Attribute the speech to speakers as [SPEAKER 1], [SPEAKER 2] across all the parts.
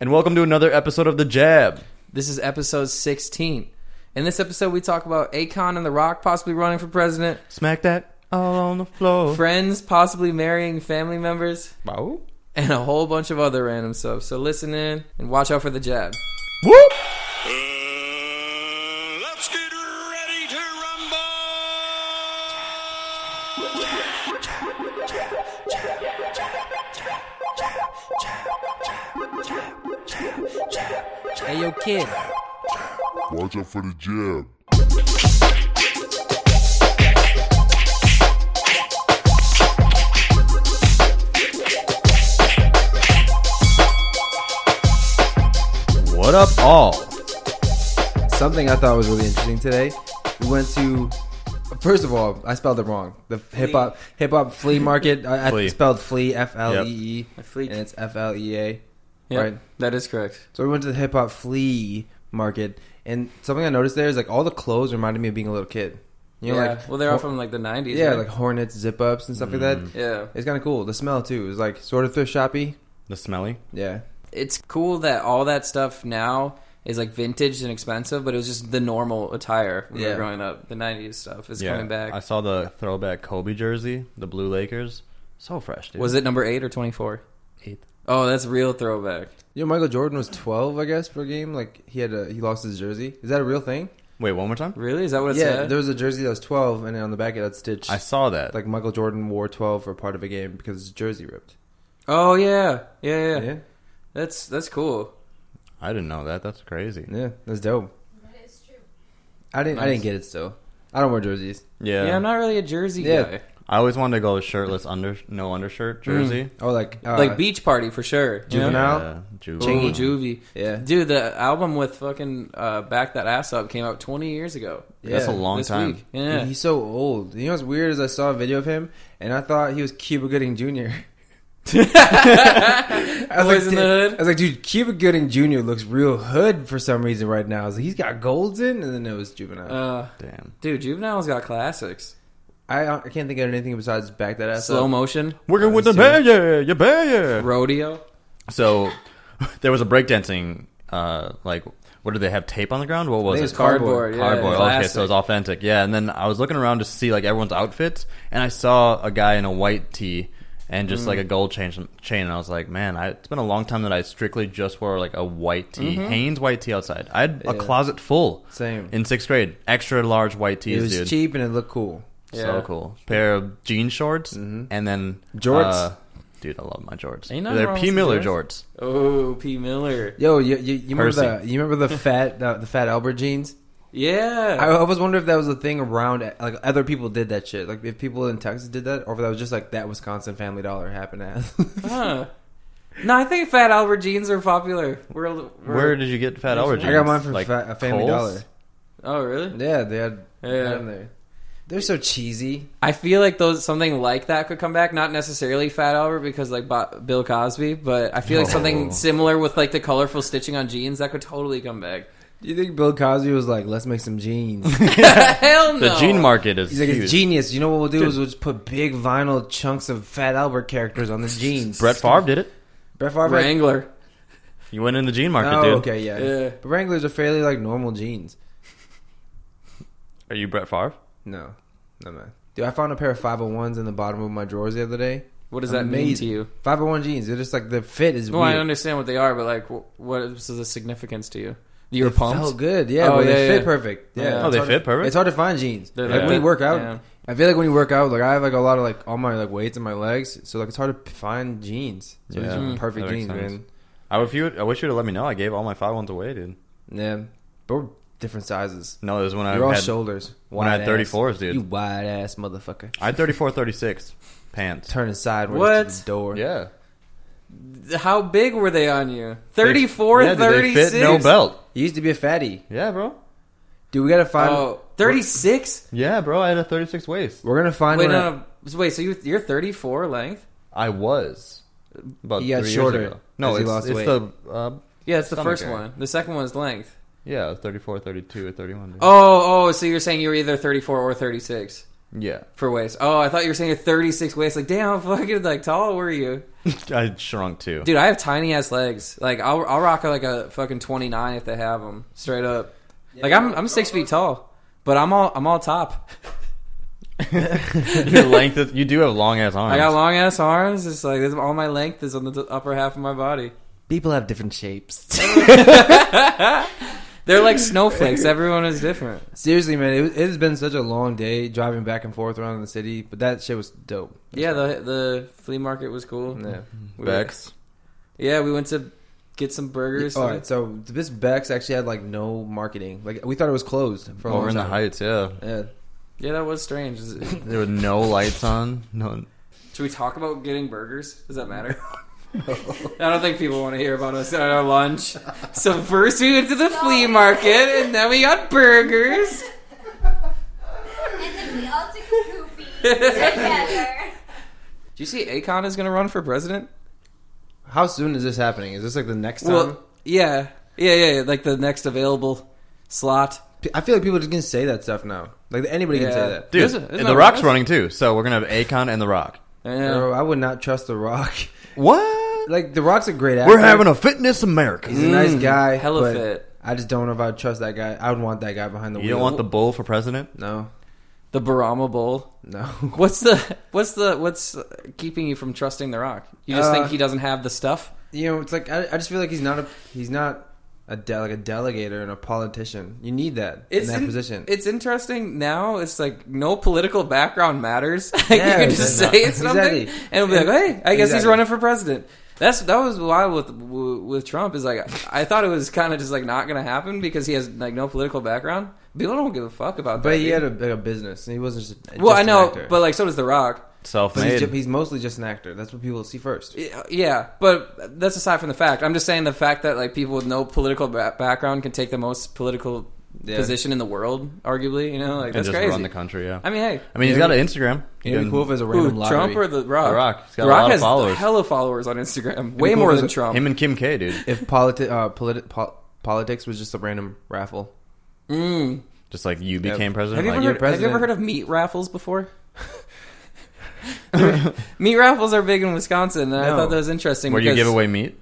[SPEAKER 1] and welcome to another episode of The Jab.
[SPEAKER 2] This is episode 16. In this episode, we talk about Akon and The Rock possibly running for president,
[SPEAKER 1] Smack that all on the floor.
[SPEAKER 2] friends possibly marrying family members,
[SPEAKER 1] Bow.
[SPEAKER 2] and a whole bunch of other random stuff. So listen in and watch out for the jab.
[SPEAKER 1] Whoop!
[SPEAKER 3] Uh, let's get ready to rumble!
[SPEAKER 2] Hey, yo, kid.
[SPEAKER 4] Watch out for the jab.
[SPEAKER 1] What up, all?
[SPEAKER 5] Something I thought was really interesting today. We went to. First of all, I spelled it wrong. The hip hop hip hop flea market. I, I
[SPEAKER 1] Flea.
[SPEAKER 5] spelled flea F L E E,
[SPEAKER 2] A flea.
[SPEAKER 5] and it's F L E A.
[SPEAKER 2] Yeah,
[SPEAKER 5] Right.
[SPEAKER 2] That is correct.
[SPEAKER 5] So we went to the hip hop flea market, and something I noticed there is like all the clothes reminded me of being a little kid. You know,
[SPEAKER 2] yeah.
[SPEAKER 5] like
[SPEAKER 2] well, they're all
[SPEAKER 5] hor-
[SPEAKER 2] from like the 90s.
[SPEAKER 5] yeah,
[SPEAKER 2] right?
[SPEAKER 5] like hornets, zip ups, and stuff like that.
[SPEAKER 2] yeah.
[SPEAKER 5] It's kind of cool. The smell too is like sort of thrift shoppy.
[SPEAKER 1] The smelly.
[SPEAKER 5] Yeah,
[SPEAKER 2] It's cool that all that stuff now is like vintage and expensive, but it was just the normal attire when we were
[SPEAKER 5] Yeah.
[SPEAKER 2] growing up. The 90s stuff is coming back.
[SPEAKER 1] I saw the throwback Kobe jersey, the blue Lakers. So fresh, dude.
[SPEAKER 2] Was it number 8 or 24?
[SPEAKER 1] Eight.
[SPEAKER 2] Oh, that's real throwback.
[SPEAKER 5] you know, Michael Jordan was twelve, I guess, for a game. Like he had a, he lost his jersey. Is that a real thing?
[SPEAKER 1] Wait, one more time.
[SPEAKER 2] Really? Is that what it
[SPEAKER 5] yeah,
[SPEAKER 2] said?
[SPEAKER 5] there was a jersey that was twelve, and on the back it had stitched.
[SPEAKER 1] I saw that.
[SPEAKER 5] like Michael Jordan wore 12 for part of a game because his jersey ripped.
[SPEAKER 2] oh yeah. yeah, yeah,
[SPEAKER 5] Yeah,
[SPEAKER 2] That's that's cool.
[SPEAKER 1] I didn't know that. That's crazy.
[SPEAKER 5] yeah, that's dope.
[SPEAKER 6] That is true.
[SPEAKER 5] I didn't, I didn't get it still. I don't wear jerseys.
[SPEAKER 1] Yeah.
[SPEAKER 2] Yeah, I'm not really a jersey
[SPEAKER 5] Yeah.
[SPEAKER 2] guy.
[SPEAKER 1] I always wanted to go shirtless, under no undershirt jersey.
[SPEAKER 5] Oh, like uh,
[SPEAKER 2] like beach party for sure. Mm. you know?
[SPEAKER 5] Juvenile. Now?
[SPEAKER 1] Ju-
[SPEAKER 2] Ooh, juvie.
[SPEAKER 5] Yeah.
[SPEAKER 2] Dude, the album with fucking uh, Back That Ass Up came out 20 years ago.
[SPEAKER 5] Yeah.
[SPEAKER 1] That's a long
[SPEAKER 2] this
[SPEAKER 1] time.
[SPEAKER 2] Week.
[SPEAKER 5] Dude,
[SPEAKER 2] Yeah.
[SPEAKER 5] He's so old. You know what's weird is I saw a video of him and I thought he was Cuba Gooding Jr. I
[SPEAKER 2] Boys
[SPEAKER 5] was,
[SPEAKER 2] in
[SPEAKER 5] like,
[SPEAKER 2] the
[SPEAKER 5] "Dude,"
[SPEAKER 2] Hood?
[SPEAKER 5] I was like, dude, Cuba Gooding Jr. looks real hood for some reason right now. I was like, he's got golds in, and then it was juvenile.
[SPEAKER 2] Uh,
[SPEAKER 1] Damn.
[SPEAKER 2] dude, Juvenile's got classics.
[SPEAKER 5] I, I can't think of anything besides back that ass.
[SPEAKER 2] Slow
[SPEAKER 5] up.
[SPEAKER 2] motion,
[SPEAKER 1] Working with the
[SPEAKER 5] Honestly.
[SPEAKER 1] bear, yeah, bear, yeah.
[SPEAKER 2] rodeo.
[SPEAKER 1] So there was a breakdancing, uh, like what did they have tape on the ground? What was
[SPEAKER 5] think
[SPEAKER 1] it?
[SPEAKER 5] it's
[SPEAKER 2] Cardboard.
[SPEAKER 5] cardboard.
[SPEAKER 2] Yeah,
[SPEAKER 1] Cardboard. okay,
[SPEAKER 2] classic.
[SPEAKER 1] so it was authentic. Yeah, and then I was looking around to see like everyone's outfits, and I saw a guy in a white tee and just
[SPEAKER 5] Mm.
[SPEAKER 1] like a gold chain. Chain, and I was like, man, I, it's been a long time that I strictly just wore like a white tee, Hanes white tee outside. I had a
[SPEAKER 5] Mm-hmm. Yeah.
[SPEAKER 1] closet full.
[SPEAKER 5] Same.
[SPEAKER 1] in sixth grade, extra large white
[SPEAKER 5] It
[SPEAKER 1] tees,
[SPEAKER 5] was
[SPEAKER 1] dude.
[SPEAKER 5] cheap and it looked cool.
[SPEAKER 1] So
[SPEAKER 2] Yeah.
[SPEAKER 1] cool. Pair of jean shorts and then
[SPEAKER 5] Mm-hmm. Jorts.
[SPEAKER 1] uh, dude, I love my jorts.
[SPEAKER 2] Ain't nothing
[SPEAKER 1] They're
[SPEAKER 2] wrong
[SPEAKER 1] P
[SPEAKER 2] with
[SPEAKER 1] Miller
[SPEAKER 2] jorts.
[SPEAKER 1] jorts.
[SPEAKER 2] Oh, P. Miller.
[SPEAKER 5] Yo, you, you, you remember
[SPEAKER 1] Percy.
[SPEAKER 5] the you remember the fat uh, the fat Albert jeans? I
[SPEAKER 2] Yeah.
[SPEAKER 5] always wonder if that was a thing around like other people did that shit. Like if people in Texas did that, or if that was just like that Wisconsin Family Dollar happened to have.
[SPEAKER 2] huh. No, I think Fat Albert jeans are popular. We're, we're,
[SPEAKER 1] Where did you get fat Albert jeans?
[SPEAKER 5] I got mine from
[SPEAKER 1] Like,
[SPEAKER 5] fa- a Family
[SPEAKER 1] Kohl's?
[SPEAKER 5] Dollar.
[SPEAKER 2] Oh, really?
[SPEAKER 5] Yeah, they had
[SPEAKER 2] Yeah.
[SPEAKER 5] them there. They're so cheesy.
[SPEAKER 2] I feel like those something like that could come back. Not necessarily Fat Albert because like Bo- Bill Cosby, but I feel like something
[SPEAKER 5] Oh.
[SPEAKER 2] similar with like the colorful stitching on jeans that could totally come back.
[SPEAKER 5] Do you think Bill Cosby was like, "Let's make some jeans"?
[SPEAKER 2] Hell no.
[SPEAKER 1] The jean market is
[SPEAKER 5] He's like,
[SPEAKER 1] huge.
[SPEAKER 5] "It's genius." You know what we'll do is we'll just put big vinyl chunks of Fat Albert characters on the jeans.
[SPEAKER 1] Brett Favre did it.
[SPEAKER 5] Brett Favre.
[SPEAKER 2] Wrangler.
[SPEAKER 1] You went in the jean market,
[SPEAKER 5] oh,
[SPEAKER 1] dude.
[SPEAKER 5] okay, yeah.
[SPEAKER 2] Yeah.
[SPEAKER 5] But Wranglers are fairly like normal jeans.
[SPEAKER 1] Are you Brett Favre?
[SPEAKER 5] No, no man. Dude, I found a pair of 501s in the bottom of my drawers the other day.
[SPEAKER 2] What does that mean to
[SPEAKER 5] Amazing.
[SPEAKER 2] you?
[SPEAKER 5] 501 jeans. They're just like the fit is
[SPEAKER 2] Well,
[SPEAKER 5] weird.
[SPEAKER 2] I understand what they are, but like, wh- what is the significance to you? You were
[SPEAKER 5] It
[SPEAKER 2] pumped.
[SPEAKER 5] Felt good. Yeah,
[SPEAKER 2] Oh,
[SPEAKER 5] but they
[SPEAKER 2] yeah,
[SPEAKER 5] fit
[SPEAKER 2] yeah.
[SPEAKER 5] perfect.
[SPEAKER 2] Yeah.
[SPEAKER 5] Yeah.
[SPEAKER 2] Oh,
[SPEAKER 5] it's
[SPEAKER 1] they
[SPEAKER 5] hard
[SPEAKER 1] fit
[SPEAKER 5] to-
[SPEAKER 1] perfect?
[SPEAKER 5] It's hard to find jeans.
[SPEAKER 2] They're
[SPEAKER 5] like
[SPEAKER 1] like
[SPEAKER 5] when
[SPEAKER 1] that.
[SPEAKER 5] you work out,
[SPEAKER 2] Yeah.
[SPEAKER 5] I feel like when you work out, like I have like a lot of like all my like weights in my legs, so like it's hard to find jeans. So
[SPEAKER 1] Yeah.
[SPEAKER 5] yeah.
[SPEAKER 1] Mm.
[SPEAKER 5] perfect
[SPEAKER 1] That makes
[SPEAKER 5] jeans,
[SPEAKER 1] sense.
[SPEAKER 5] man.
[SPEAKER 1] I, if you, I wish you would have let me know. I gave all my five ones away, dude.
[SPEAKER 5] Yeah, but we're different sizes.
[SPEAKER 1] No, it was when
[SPEAKER 5] You're
[SPEAKER 1] I
[SPEAKER 5] all
[SPEAKER 1] had
[SPEAKER 5] shoulders.
[SPEAKER 1] when I had
[SPEAKER 5] Wide ass.
[SPEAKER 1] 34s, dude.
[SPEAKER 5] You wide ass motherfucker.
[SPEAKER 1] I had 34, 36 pants.
[SPEAKER 5] Turning sideways
[SPEAKER 2] What?
[SPEAKER 5] to the door.
[SPEAKER 1] Yeah,
[SPEAKER 2] How big were they on you? 34,
[SPEAKER 1] They- yeah, dude, they
[SPEAKER 2] 36?
[SPEAKER 1] fit no belt.
[SPEAKER 5] You used to be a fatty,
[SPEAKER 1] Yeah, bro.
[SPEAKER 5] dude. We gotta find.
[SPEAKER 2] Oh, 36?
[SPEAKER 1] Yeah, bro. I had a 36 waist.
[SPEAKER 5] We're gonna find.
[SPEAKER 2] Wait,
[SPEAKER 5] one
[SPEAKER 2] no, no. Wait, so you, you're 34 length?
[SPEAKER 1] I was about
[SPEAKER 5] He got
[SPEAKER 1] three
[SPEAKER 5] shorter
[SPEAKER 1] years ago. No,
[SPEAKER 5] 'cause he
[SPEAKER 1] it's,
[SPEAKER 5] lost
[SPEAKER 1] it's
[SPEAKER 5] weight.
[SPEAKER 1] the uh,
[SPEAKER 2] Yeah, it's the
[SPEAKER 1] Stomach
[SPEAKER 2] first
[SPEAKER 1] area.
[SPEAKER 2] one. The second one is length.
[SPEAKER 1] yeah 34, 32, or 31. dude.
[SPEAKER 2] Oh, oh, so you're saying you were either 34 or 36.
[SPEAKER 1] Yeah,
[SPEAKER 2] for waist. Oh, I thought you were saying a 36 waist. Like, damn, how fucking like tall were you,
[SPEAKER 1] I shrunk too.
[SPEAKER 2] dude? I have tiny ass legs. Like, I'll I'll rock like a fucking 29 if they have them. Straight up. Like, I'm I'm six feet tall, but I'm all I'm all top.
[SPEAKER 1] Your length, is, you do have long ass arms.
[SPEAKER 2] I got long ass arms. It's like this, all my length is on the t- upper half of my body.
[SPEAKER 6] People have different shapes.
[SPEAKER 2] They're like snowflakes. Everyone is different.
[SPEAKER 5] Seriously, man, it, it has been such a long day driving back and forth around the city, but that shit was dope.
[SPEAKER 2] Yeah, the the flea market was cool.
[SPEAKER 1] Mm-hmm.
[SPEAKER 5] Yeah.
[SPEAKER 2] We-
[SPEAKER 1] Bex.
[SPEAKER 2] Yeah, we went to get some burgers.
[SPEAKER 5] All right, so this Bex actually had like no marketing. Like we thought it was closed for a
[SPEAKER 1] Over
[SPEAKER 5] long
[SPEAKER 1] in the
[SPEAKER 5] time.
[SPEAKER 1] heights, yeah.
[SPEAKER 5] Yeah.
[SPEAKER 2] Yeah, that was strange. Is it-
[SPEAKER 1] There were no lights on. No,
[SPEAKER 2] Should we talk about getting burgers? Does that matter? I don't think people want to hear about us at our lunch. So first we went to the flea market, and then we got burgers.
[SPEAKER 7] And then we all took a poopy together.
[SPEAKER 2] Do you see Akon is going to run for president?
[SPEAKER 5] How soon is this happening? Is this like the next time?
[SPEAKER 2] Well, yeah, yeah, yeah, yeah, like the next available slot.
[SPEAKER 5] P- I feel like people are just gonna say that stuff now. Like anybody can
[SPEAKER 2] Yeah.
[SPEAKER 5] say that.
[SPEAKER 1] dude,
[SPEAKER 2] Isn't- isn't
[SPEAKER 1] and
[SPEAKER 2] that
[SPEAKER 1] The Rock's
[SPEAKER 2] nice?
[SPEAKER 1] running too, so we're gonna have Akon and The Rock.
[SPEAKER 2] Yeah.
[SPEAKER 5] Bro, I would not trust The Rock.
[SPEAKER 1] What?
[SPEAKER 5] Like The Rock's a great actor.
[SPEAKER 1] we're having a fitness America.
[SPEAKER 5] He's a nice guy.
[SPEAKER 2] Hmm. Mm. hella
[SPEAKER 5] but
[SPEAKER 2] fit.
[SPEAKER 5] I just don't know if I would trust that guy. I would want that guy behind the
[SPEAKER 1] You
[SPEAKER 5] wheel.
[SPEAKER 1] don't want the bull for president?
[SPEAKER 5] no,
[SPEAKER 2] The Barama Bowl.
[SPEAKER 5] no.
[SPEAKER 2] What's the what's the what's keeping you from trusting The Rock? You just
[SPEAKER 5] Uh,
[SPEAKER 2] think he doesn't have the stuff?
[SPEAKER 5] You know, it's like I, I just feel like he's not a he's not a de- like a delegator and a politician. You need that in that
[SPEAKER 2] in-
[SPEAKER 5] position.
[SPEAKER 2] It's interesting now. It's like no political background matters. Like,
[SPEAKER 5] Yeah,
[SPEAKER 2] you can just
[SPEAKER 5] exactly.
[SPEAKER 2] say it's something,
[SPEAKER 5] Exactly.
[SPEAKER 2] and we'll be like, "Hey, I guess he's
[SPEAKER 5] Exactly.
[SPEAKER 2] running for president." That's that was wild with with Trump. Is like I thought it was kind of just like not going to happen because he has like no political background. People don't give a fuck about that.
[SPEAKER 5] but he
[SPEAKER 2] dude.
[SPEAKER 5] had a, like a business. And he wasn't just
[SPEAKER 2] well,
[SPEAKER 5] just
[SPEAKER 2] I
[SPEAKER 5] an
[SPEAKER 2] know,
[SPEAKER 5] actor.
[SPEAKER 2] but like so does The Rock.
[SPEAKER 5] But he's,
[SPEAKER 1] Self-made.
[SPEAKER 5] ju- he's mostly just an actor. That's what people see first.
[SPEAKER 2] Yeah, but that's aside from the fact. I'm just saying the fact that like people with no political ba- background can take the most political
[SPEAKER 5] Yeah.
[SPEAKER 2] position in the world, arguably. You know,
[SPEAKER 1] and
[SPEAKER 2] like that's
[SPEAKER 1] just
[SPEAKER 2] crazy.
[SPEAKER 1] run the country. Yeah.
[SPEAKER 2] I mean, hey,
[SPEAKER 1] I mean, he's got an Instagram.
[SPEAKER 5] It'd be
[SPEAKER 1] Can-
[SPEAKER 5] cool if it was a
[SPEAKER 2] Who,
[SPEAKER 5] random lottery.
[SPEAKER 2] Trump or The Rock?
[SPEAKER 1] The Rock. He's got
[SPEAKER 2] the
[SPEAKER 1] a
[SPEAKER 2] Rock
[SPEAKER 1] lot of
[SPEAKER 2] has
[SPEAKER 1] followers.
[SPEAKER 2] hella followers on Instagram. Way
[SPEAKER 5] cool
[SPEAKER 2] more
[SPEAKER 5] if
[SPEAKER 2] than
[SPEAKER 5] it-
[SPEAKER 2] Trump.
[SPEAKER 1] him and Kim K, dude.
[SPEAKER 5] if politi- uh, politi- pol- politics was just a random raffle.
[SPEAKER 2] Mm.
[SPEAKER 1] Just like you
[SPEAKER 5] Yeah.
[SPEAKER 1] became president.
[SPEAKER 2] Have, you ever
[SPEAKER 1] like,
[SPEAKER 2] heard, have you
[SPEAKER 5] president.
[SPEAKER 2] ever heard of meat raffles before? meat raffles are big in Wisconsin, and I
[SPEAKER 5] No.
[SPEAKER 2] thought that was interesting.
[SPEAKER 1] where you
[SPEAKER 2] because-
[SPEAKER 1] give away meat?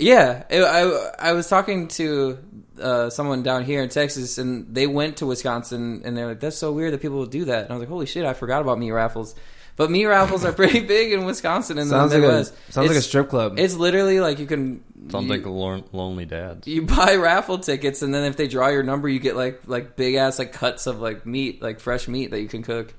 [SPEAKER 2] Yeah, it- I I was talking to uh, someone down here in Texas, and they went to Wisconsin, and they're like, "That's so weird that people will do that." And I was like, "Holy shit, I forgot about meat raffles." But meat raffles are pretty big in Wisconsin, and
[SPEAKER 5] Sounds
[SPEAKER 2] the
[SPEAKER 5] like a
[SPEAKER 2] Midwest.
[SPEAKER 5] sounds like a
[SPEAKER 2] It's-
[SPEAKER 5] strip club.
[SPEAKER 2] It's literally like you can
[SPEAKER 1] Sounds
[SPEAKER 2] you-
[SPEAKER 1] like lon- lonely dads.
[SPEAKER 2] you buy raffle tickets and then if they draw your number you get like like big ass like cuts of like meat like fresh meat that you can cook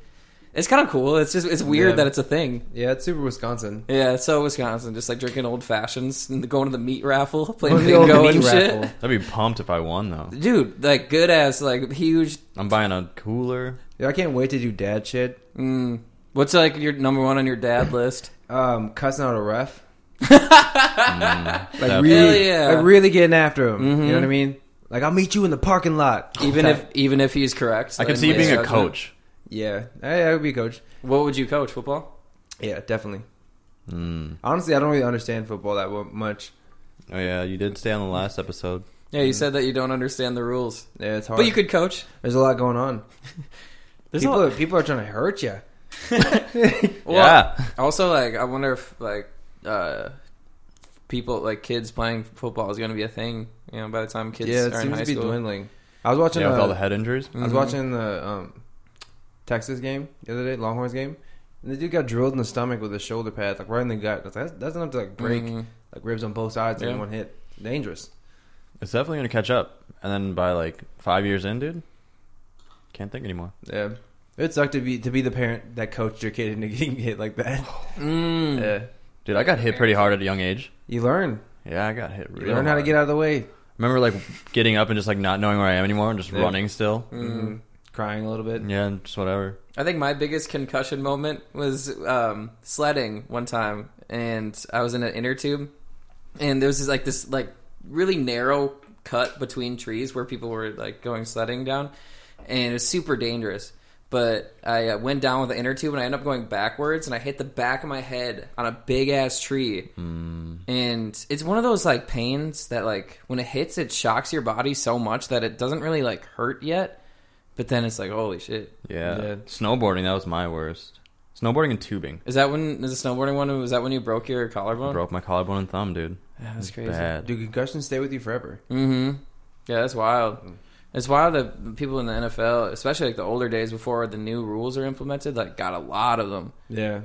[SPEAKER 2] it's kind of cool it's just it's weird
[SPEAKER 5] Yeah.
[SPEAKER 2] that it's a thing
[SPEAKER 5] yeah, it's super Wisconsin.
[SPEAKER 2] yeah it's so wisconsin just like drinking old fashions and going to the meat raffle playing
[SPEAKER 5] Going to the old
[SPEAKER 2] bingo
[SPEAKER 5] meat
[SPEAKER 2] and shit
[SPEAKER 5] raffle.
[SPEAKER 1] I'd be pumped if I won though.
[SPEAKER 2] dude like good ass like huge
[SPEAKER 1] I'm buying a cooler.
[SPEAKER 5] Dude, I can't wait to do dad shit.
[SPEAKER 2] mm, what's like your number one on your dad list
[SPEAKER 5] Um, cussing out a ref.
[SPEAKER 2] Mm,
[SPEAKER 5] Like
[SPEAKER 1] Definitely.
[SPEAKER 5] really,
[SPEAKER 2] Hell yeah.
[SPEAKER 5] like really getting after him. You
[SPEAKER 2] Mm-hmm.
[SPEAKER 5] know what I mean? Like I'll meet you in the parking lot.
[SPEAKER 2] even
[SPEAKER 5] Okay.
[SPEAKER 2] if even if he's correct
[SPEAKER 1] I can
[SPEAKER 2] in
[SPEAKER 1] see you
[SPEAKER 2] the
[SPEAKER 1] being a
[SPEAKER 2] judgment.
[SPEAKER 1] coach.
[SPEAKER 5] yeah, I, I would be coach.
[SPEAKER 2] what would you coach football
[SPEAKER 5] Yeah, definitely.
[SPEAKER 1] Mm.
[SPEAKER 5] Honestly, I don't really understand football that wo- much.
[SPEAKER 1] Oh yeah, you did stay on the last episode.
[SPEAKER 2] yeah you said that you don't understand the rules
[SPEAKER 5] Yeah, it's hard.
[SPEAKER 2] but you could coach
[SPEAKER 5] There's a lot going on.
[SPEAKER 2] There's a
[SPEAKER 5] people,
[SPEAKER 2] lot-
[SPEAKER 5] are, people are trying to hurt you.
[SPEAKER 2] Well,
[SPEAKER 1] yeah.
[SPEAKER 2] Also, like, I wonder if like uh, people, like kids playing football, is going to be a thing. You know, by the time kids
[SPEAKER 5] Yeah, it
[SPEAKER 2] are in
[SPEAKER 5] seems
[SPEAKER 2] high
[SPEAKER 5] to be
[SPEAKER 2] school.
[SPEAKER 5] dwindling. I was watching.
[SPEAKER 1] Yeah, with
[SPEAKER 5] uh,
[SPEAKER 1] all the head injuries.
[SPEAKER 5] I was
[SPEAKER 2] mm-hmm.
[SPEAKER 5] watching the um, Texas game the other day, Longhorns game, and the dude got drilled in the stomach with a shoulder pad, like right in the gut. I was like, that's, that's enough to like break
[SPEAKER 2] Mhm.
[SPEAKER 5] like ribs on both sides
[SPEAKER 2] Yeah.
[SPEAKER 5] in one hit. Dangerous.
[SPEAKER 1] It's definitely gonna catch up. And then by like five years in, dude, can't think anymore.
[SPEAKER 5] Yeah, it sucked to be to be the parent that coached your kid into getting hit like that.
[SPEAKER 2] Mm.
[SPEAKER 5] Yeah,
[SPEAKER 1] Dude, I got hit pretty hard at a young age.
[SPEAKER 5] you learn.
[SPEAKER 1] Yeah, I got hit
[SPEAKER 5] You
[SPEAKER 1] real.
[SPEAKER 5] learn how to
[SPEAKER 1] hard.
[SPEAKER 5] get out of the way.
[SPEAKER 1] Remember, like getting up and just like not knowing where I am anymore and just
[SPEAKER 5] Yeah.
[SPEAKER 1] running still.
[SPEAKER 2] Mm-hmm.
[SPEAKER 5] Mhm. Crying a little bit.
[SPEAKER 1] Yeah, and just whatever.
[SPEAKER 2] I think my biggest concussion moment was um, sledding one time, and I was in an inner tube, and there was this, like this like really narrow cut between trees where people were like going sledding down, and it was super dangerous. But I uh, went down with the inner tube, and I ended up going backwards, and I hit the back of my head on a big ass tree,
[SPEAKER 1] Hmm. Mm.
[SPEAKER 2] and it's one of those like pains that like when it hits, it shocks your body so much that it doesn't really like hurt yet But then it's like, holy shit.
[SPEAKER 1] Yeah.
[SPEAKER 5] Yeah.
[SPEAKER 1] Snowboarding, that was my worst. Snowboarding and tubing.
[SPEAKER 2] Is that when is the snowboarding one? Was that when you broke your collarbone?
[SPEAKER 1] Broke my collarbone and thumb, dude.
[SPEAKER 2] Yeah, that's crazy.
[SPEAKER 1] Bad.
[SPEAKER 5] Dude, concussions stay with you forever.
[SPEAKER 2] Mm-hmm. Yeah, that's wild.
[SPEAKER 5] Mm.
[SPEAKER 2] It's wild that the people in the NFL, especially like the older days before the new rules are implemented, like got a lot of them.
[SPEAKER 5] Yeah,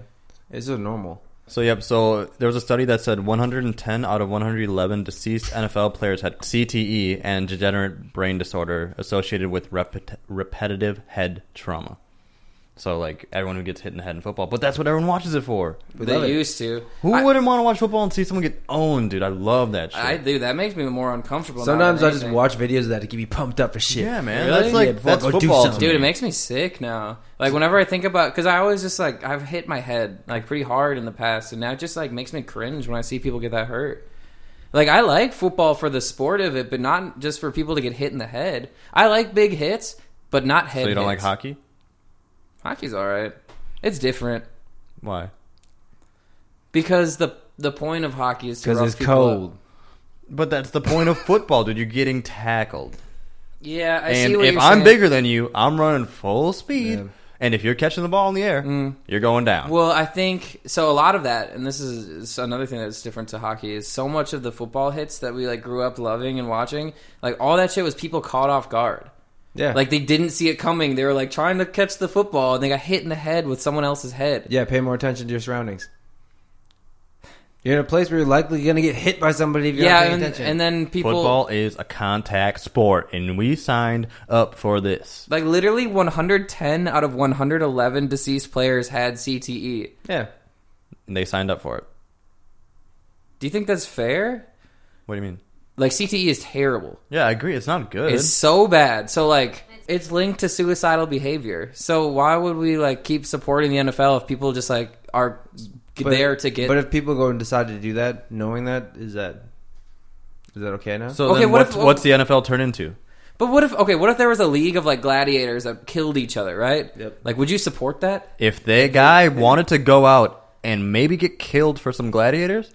[SPEAKER 5] it's just normal.
[SPEAKER 1] So yep. So there was a study that said 110 out of 111 deceased NFL players had CTE and degenerate brain disorder associated with repet- repetitive head trauma. So like everyone who gets hit in the head in football, but that's what everyone watches it for.
[SPEAKER 5] We love
[SPEAKER 2] they
[SPEAKER 5] it.
[SPEAKER 2] used to.
[SPEAKER 1] Who
[SPEAKER 2] I,
[SPEAKER 1] wouldn't want to watch football and see someone get owned, dude? I love that shit.
[SPEAKER 2] I do. That makes me more uncomfortable. now
[SPEAKER 5] Sometimes
[SPEAKER 2] than
[SPEAKER 5] I just
[SPEAKER 2] anything.
[SPEAKER 5] watch videos of that to get me pumped up for shit.
[SPEAKER 1] yeah, man.
[SPEAKER 5] Really?
[SPEAKER 1] That's
[SPEAKER 5] Yeah,
[SPEAKER 1] like
[SPEAKER 5] before I
[SPEAKER 1] that's
[SPEAKER 5] go do
[SPEAKER 1] football,
[SPEAKER 5] something.
[SPEAKER 1] to
[SPEAKER 2] Dude, it
[SPEAKER 1] me.
[SPEAKER 2] makes me sick now. Like whenever I think about, because I always just like I've hit my head like pretty hard in the past, and now it just like makes me cringe when I see people get that hurt. Like I like football for the sport of it, but not just for people to get hit in the head. I like big hits, but not head.
[SPEAKER 1] So you don't like
[SPEAKER 2] hits.
[SPEAKER 1] hockey?
[SPEAKER 2] Hockey's all right. It's different
[SPEAKER 1] Why?
[SPEAKER 2] because the the point of hockey is to
[SPEAKER 5] because
[SPEAKER 2] rough
[SPEAKER 5] it's
[SPEAKER 2] people up.
[SPEAKER 5] cold.
[SPEAKER 1] But that's the point of football, dude. You're getting tackled.
[SPEAKER 2] Yeah, I
[SPEAKER 1] And
[SPEAKER 2] see what
[SPEAKER 1] if
[SPEAKER 2] you're
[SPEAKER 1] I'm
[SPEAKER 2] saying.
[SPEAKER 1] bigger than you, I'm running full speed.
[SPEAKER 5] Yeah.
[SPEAKER 1] And if you're catching the ball in the air,
[SPEAKER 2] Mm.
[SPEAKER 1] you're going down.
[SPEAKER 2] Well, I think so. A lot of that, and this is is another thing that's different to hockey, is so much of the football hits that we like grew up loving and watching. Like all that shit was people caught off guard.
[SPEAKER 5] Yeah,
[SPEAKER 2] Like they didn't see it coming. They were like trying to catch the football, and they got hit in the head with someone else's head.
[SPEAKER 5] yeah. Pay more attention to your surroundings. You're in a place where you're likely gonna get hit by somebody if you're not
[SPEAKER 2] Yeah,
[SPEAKER 5] paying
[SPEAKER 2] and,
[SPEAKER 5] attention.
[SPEAKER 2] and then people
[SPEAKER 1] Football is a contact sport, and we signed up for this.
[SPEAKER 2] like literally 110 out of 111 deceased players had E. CTE.
[SPEAKER 5] yeah,
[SPEAKER 1] And they signed up for it.
[SPEAKER 2] Do you think that's fair?
[SPEAKER 1] What do you mean?
[SPEAKER 2] Like CTE is terrible.
[SPEAKER 1] Yeah, I agree. It's not good.
[SPEAKER 2] It's so bad. So like it's linked to suicidal behavior. So why would we like keep supporting the NFL if people just like are there to get
[SPEAKER 5] But if people go and decide to do that, knowing that is that is that okay now?
[SPEAKER 1] so
[SPEAKER 2] Okay,
[SPEAKER 1] then
[SPEAKER 2] what
[SPEAKER 1] what's,
[SPEAKER 2] if-
[SPEAKER 1] what's the NFL turn into?
[SPEAKER 2] But what if okay, what if there was a league of like gladiators that killed each other, right?
[SPEAKER 5] Yep.
[SPEAKER 2] Like would you support that?
[SPEAKER 1] If that guy wanted to go out and maybe get killed for some gladiators,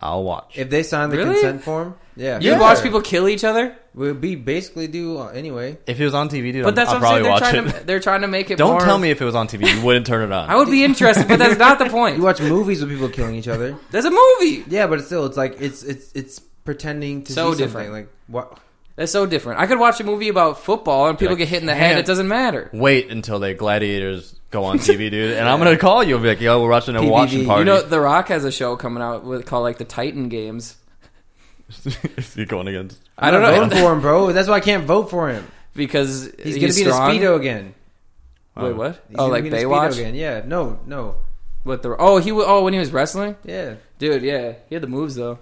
[SPEAKER 1] I'll watch.
[SPEAKER 5] if they sign the
[SPEAKER 2] Really?
[SPEAKER 5] consent form, yeah,
[SPEAKER 2] You
[SPEAKER 1] Yeah.
[SPEAKER 2] watch people kill each other?
[SPEAKER 5] we'll be basically do uh, anyway.
[SPEAKER 1] If it was on TV, dude,
[SPEAKER 2] But that's
[SPEAKER 1] I'll
[SPEAKER 2] what
[SPEAKER 1] probably
[SPEAKER 2] I'm saying. They're
[SPEAKER 1] watch
[SPEAKER 2] trying
[SPEAKER 1] it.
[SPEAKER 2] to they're trying to make it
[SPEAKER 1] Don't
[SPEAKER 2] more-
[SPEAKER 1] tell me if it was on TV, you wouldn't turn it on.
[SPEAKER 2] I would be interested, but that's not the
[SPEAKER 5] You
[SPEAKER 2] point.
[SPEAKER 5] watch movies with people killing each other.
[SPEAKER 2] There's a movie.
[SPEAKER 5] Yeah, but still, it's like it's it's it's pretending to
[SPEAKER 2] So
[SPEAKER 5] so see
[SPEAKER 2] different.
[SPEAKER 5] something. Like what?
[SPEAKER 2] That's so different. I could watch a movie about football and people
[SPEAKER 1] Like,
[SPEAKER 2] get hit in the head,
[SPEAKER 1] can't-
[SPEAKER 2] it doesn't matter.
[SPEAKER 1] Wait until they gladiators go on TV, dude, and I'm gonna call you and be like, "Yo, we're watching a
[SPEAKER 5] PBD.
[SPEAKER 1] watching
[SPEAKER 5] You
[SPEAKER 1] party."
[SPEAKER 2] You know, The Rock has a show coming out with called like the Titan Games.
[SPEAKER 1] Is he going against?
[SPEAKER 2] I don't
[SPEAKER 5] I'm
[SPEAKER 2] know
[SPEAKER 5] voting for him, bro. That's why I can't vote for him.
[SPEAKER 2] because he's,
[SPEAKER 5] He's, gonna be
[SPEAKER 2] strong.
[SPEAKER 5] in a speedo again.
[SPEAKER 2] Wait, what?
[SPEAKER 5] He's
[SPEAKER 2] oh,
[SPEAKER 5] gonna
[SPEAKER 2] like
[SPEAKER 5] be in a Speedo
[SPEAKER 2] Baywatch.
[SPEAKER 5] again. Yeah. No. No.
[SPEAKER 2] What the? Oh, he. wa- Oh, when he was wrestling,
[SPEAKER 5] Yeah.
[SPEAKER 2] dude. Yeah, he had the moves though.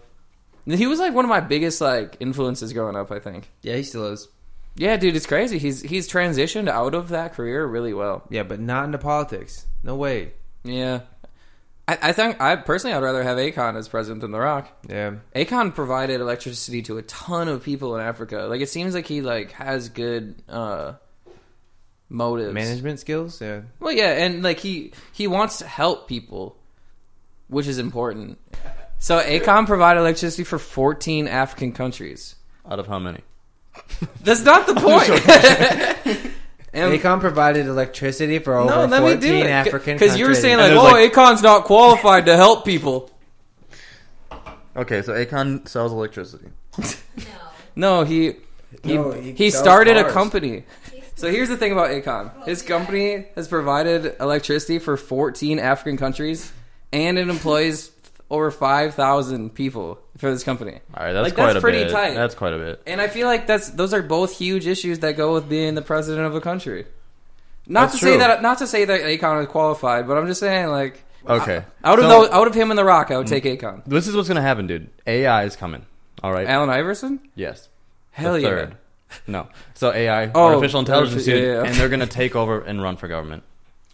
[SPEAKER 2] He was like one of my biggest like influences growing up. I think.
[SPEAKER 5] Yeah. He still is.
[SPEAKER 2] Yeah, dude, it's crazy. He's he's transitioned out of that career really well.
[SPEAKER 5] Yeah, but not into politics. No way.
[SPEAKER 2] Yeah, I, I think I personally I'd rather have Akon as president than The Rock.
[SPEAKER 5] Yeah.
[SPEAKER 2] Akon provided electricity to a ton of people in Africa. Like it seems like he like has good uh motives.
[SPEAKER 5] Management skills. Yeah.
[SPEAKER 2] Well, yeah, and like he he wants to help people, which is important. So Acon provided electricity for 14 African countries.
[SPEAKER 1] Out of how many?
[SPEAKER 2] That's not the point. And-
[SPEAKER 5] Akon provided electricity for over
[SPEAKER 2] no, let me
[SPEAKER 5] 14
[SPEAKER 2] do it.
[SPEAKER 5] African
[SPEAKER 2] Because you were
[SPEAKER 5] countries.
[SPEAKER 2] saying like,
[SPEAKER 1] And
[SPEAKER 2] "Oh,
[SPEAKER 1] there's, like-
[SPEAKER 2] Acon's not qualified to help people."
[SPEAKER 1] Okay, so Akon sells electricity.
[SPEAKER 7] No.
[SPEAKER 2] No, he he,
[SPEAKER 5] No,
[SPEAKER 2] he,
[SPEAKER 5] he sells
[SPEAKER 2] started a
[SPEAKER 5] cars.
[SPEAKER 2] company. So here's the thing about Akon. His company has provided electricity for 14 African countries, and it employs over 5,000 people for this company.
[SPEAKER 1] All right, that's
[SPEAKER 2] Like,
[SPEAKER 1] quite
[SPEAKER 2] that's
[SPEAKER 1] a
[SPEAKER 2] pretty
[SPEAKER 1] bit.
[SPEAKER 2] tight.
[SPEAKER 1] That's quite a bit.
[SPEAKER 2] And I feel like that's those are both huge issues that go with being the president of a country. Not
[SPEAKER 1] That's
[SPEAKER 2] to say
[SPEAKER 1] true.
[SPEAKER 2] that not to say that Akon is qualified, but I'm just saying like
[SPEAKER 1] Okay,
[SPEAKER 2] out of
[SPEAKER 1] So, Mm.
[SPEAKER 2] those, out of him and the Rock, I would take Akon.
[SPEAKER 1] this is what's gonna happen, dude. AI is coming. All right.
[SPEAKER 2] Alan Iverson?
[SPEAKER 1] yes.
[SPEAKER 2] Hell
[SPEAKER 1] the
[SPEAKER 2] yeah.
[SPEAKER 1] third. No. So AI,
[SPEAKER 2] Oh,
[SPEAKER 1] artificial intelligence,
[SPEAKER 2] artificial-
[SPEAKER 1] dude,
[SPEAKER 2] yeah, yeah.
[SPEAKER 1] and they're gonna take over and run for government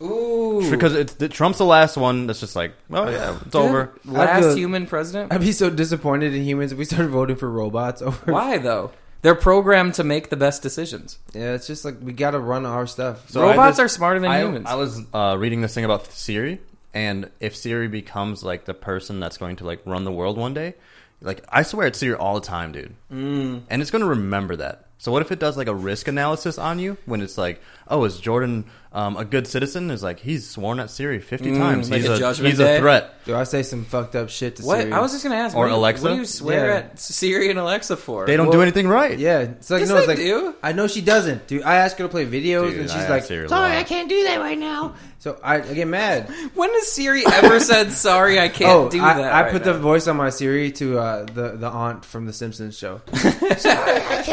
[SPEAKER 2] Ooh.
[SPEAKER 1] because it's the, Trump's the last one. That's just like, well, yeah, it's over.
[SPEAKER 2] Last
[SPEAKER 5] I'd go-
[SPEAKER 2] human president?
[SPEAKER 5] I'd be so disappointed in humans if we started voting for robots over.
[SPEAKER 2] Why though? They're programmed to make the best decisions.
[SPEAKER 5] Yeah, it's just like we gotta run our stuff.
[SPEAKER 1] So I
[SPEAKER 2] Robots
[SPEAKER 1] just-
[SPEAKER 2] are smarter than
[SPEAKER 1] I,
[SPEAKER 2] humans.
[SPEAKER 1] I was uh, reading this thing about Siri, and if Siri becomes like the person that's going to like run the world one day, like I swear it's Siri all the time, dude, mm. and it's going to remember that. So what if it does like a risk analysis on you when it's like, oh, is Jordan um, a good citizen? Is like he's sworn at Siri fifty
[SPEAKER 5] Mm,
[SPEAKER 1] times.
[SPEAKER 2] like
[SPEAKER 1] he's
[SPEAKER 2] a
[SPEAKER 1] a,
[SPEAKER 2] Judgment
[SPEAKER 1] he's
[SPEAKER 2] Day?
[SPEAKER 1] a threat.
[SPEAKER 5] Do I say some fucked up shit to
[SPEAKER 2] What
[SPEAKER 5] Siri?
[SPEAKER 2] I was just gonna ask,
[SPEAKER 1] Or
[SPEAKER 2] what do you-
[SPEAKER 1] Alexa?
[SPEAKER 2] What do you swear
[SPEAKER 5] Yeah.
[SPEAKER 2] at Siri and Alexa for?
[SPEAKER 1] They don't do
[SPEAKER 5] Well,
[SPEAKER 1] anything right.
[SPEAKER 5] Yeah, it's like
[SPEAKER 2] Yes,
[SPEAKER 5] no, it's
[SPEAKER 2] they
[SPEAKER 5] like
[SPEAKER 2] do.
[SPEAKER 5] I know she doesn't, dude. I ask her to play videos,
[SPEAKER 1] Dude,
[SPEAKER 5] and
[SPEAKER 1] I
[SPEAKER 5] she's
[SPEAKER 1] ask
[SPEAKER 5] like,
[SPEAKER 1] Siri
[SPEAKER 5] "Sorry,
[SPEAKER 1] a
[SPEAKER 5] I
[SPEAKER 1] lot."
[SPEAKER 5] can't do that right now." So I, I get mad.
[SPEAKER 2] When has Siri ever said sorry? I can't
[SPEAKER 5] oh,
[SPEAKER 2] do
[SPEAKER 5] I,
[SPEAKER 2] that.
[SPEAKER 5] I
[SPEAKER 2] right
[SPEAKER 5] put
[SPEAKER 2] now.
[SPEAKER 5] the voice on my Siri to uh, the the aunt from the Simpsons show.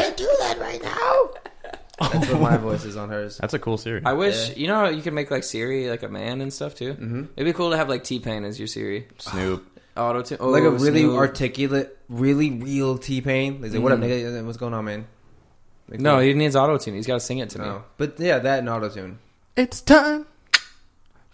[SPEAKER 5] Sorry, I can't do that right now. That's what my voice is on hers.
[SPEAKER 1] That's a cool Siri.
[SPEAKER 2] I wish you know how you can make like Siri like a man and stuff too. Mm-hmm. It'd be cool to have like T Pain as your Siri oh,
[SPEAKER 1] Snoop.
[SPEAKER 2] auto tune,
[SPEAKER 5] Like a really articulate, really real T Pain. He's like, "What up, nigga? What's going on, man?" Like,
[SPEAKER 2] No, he needs auto tune. He's got to sing it to
[SPEAKER 5] no. But yeah, that and auto tune.
[SPEAKER 1] It's time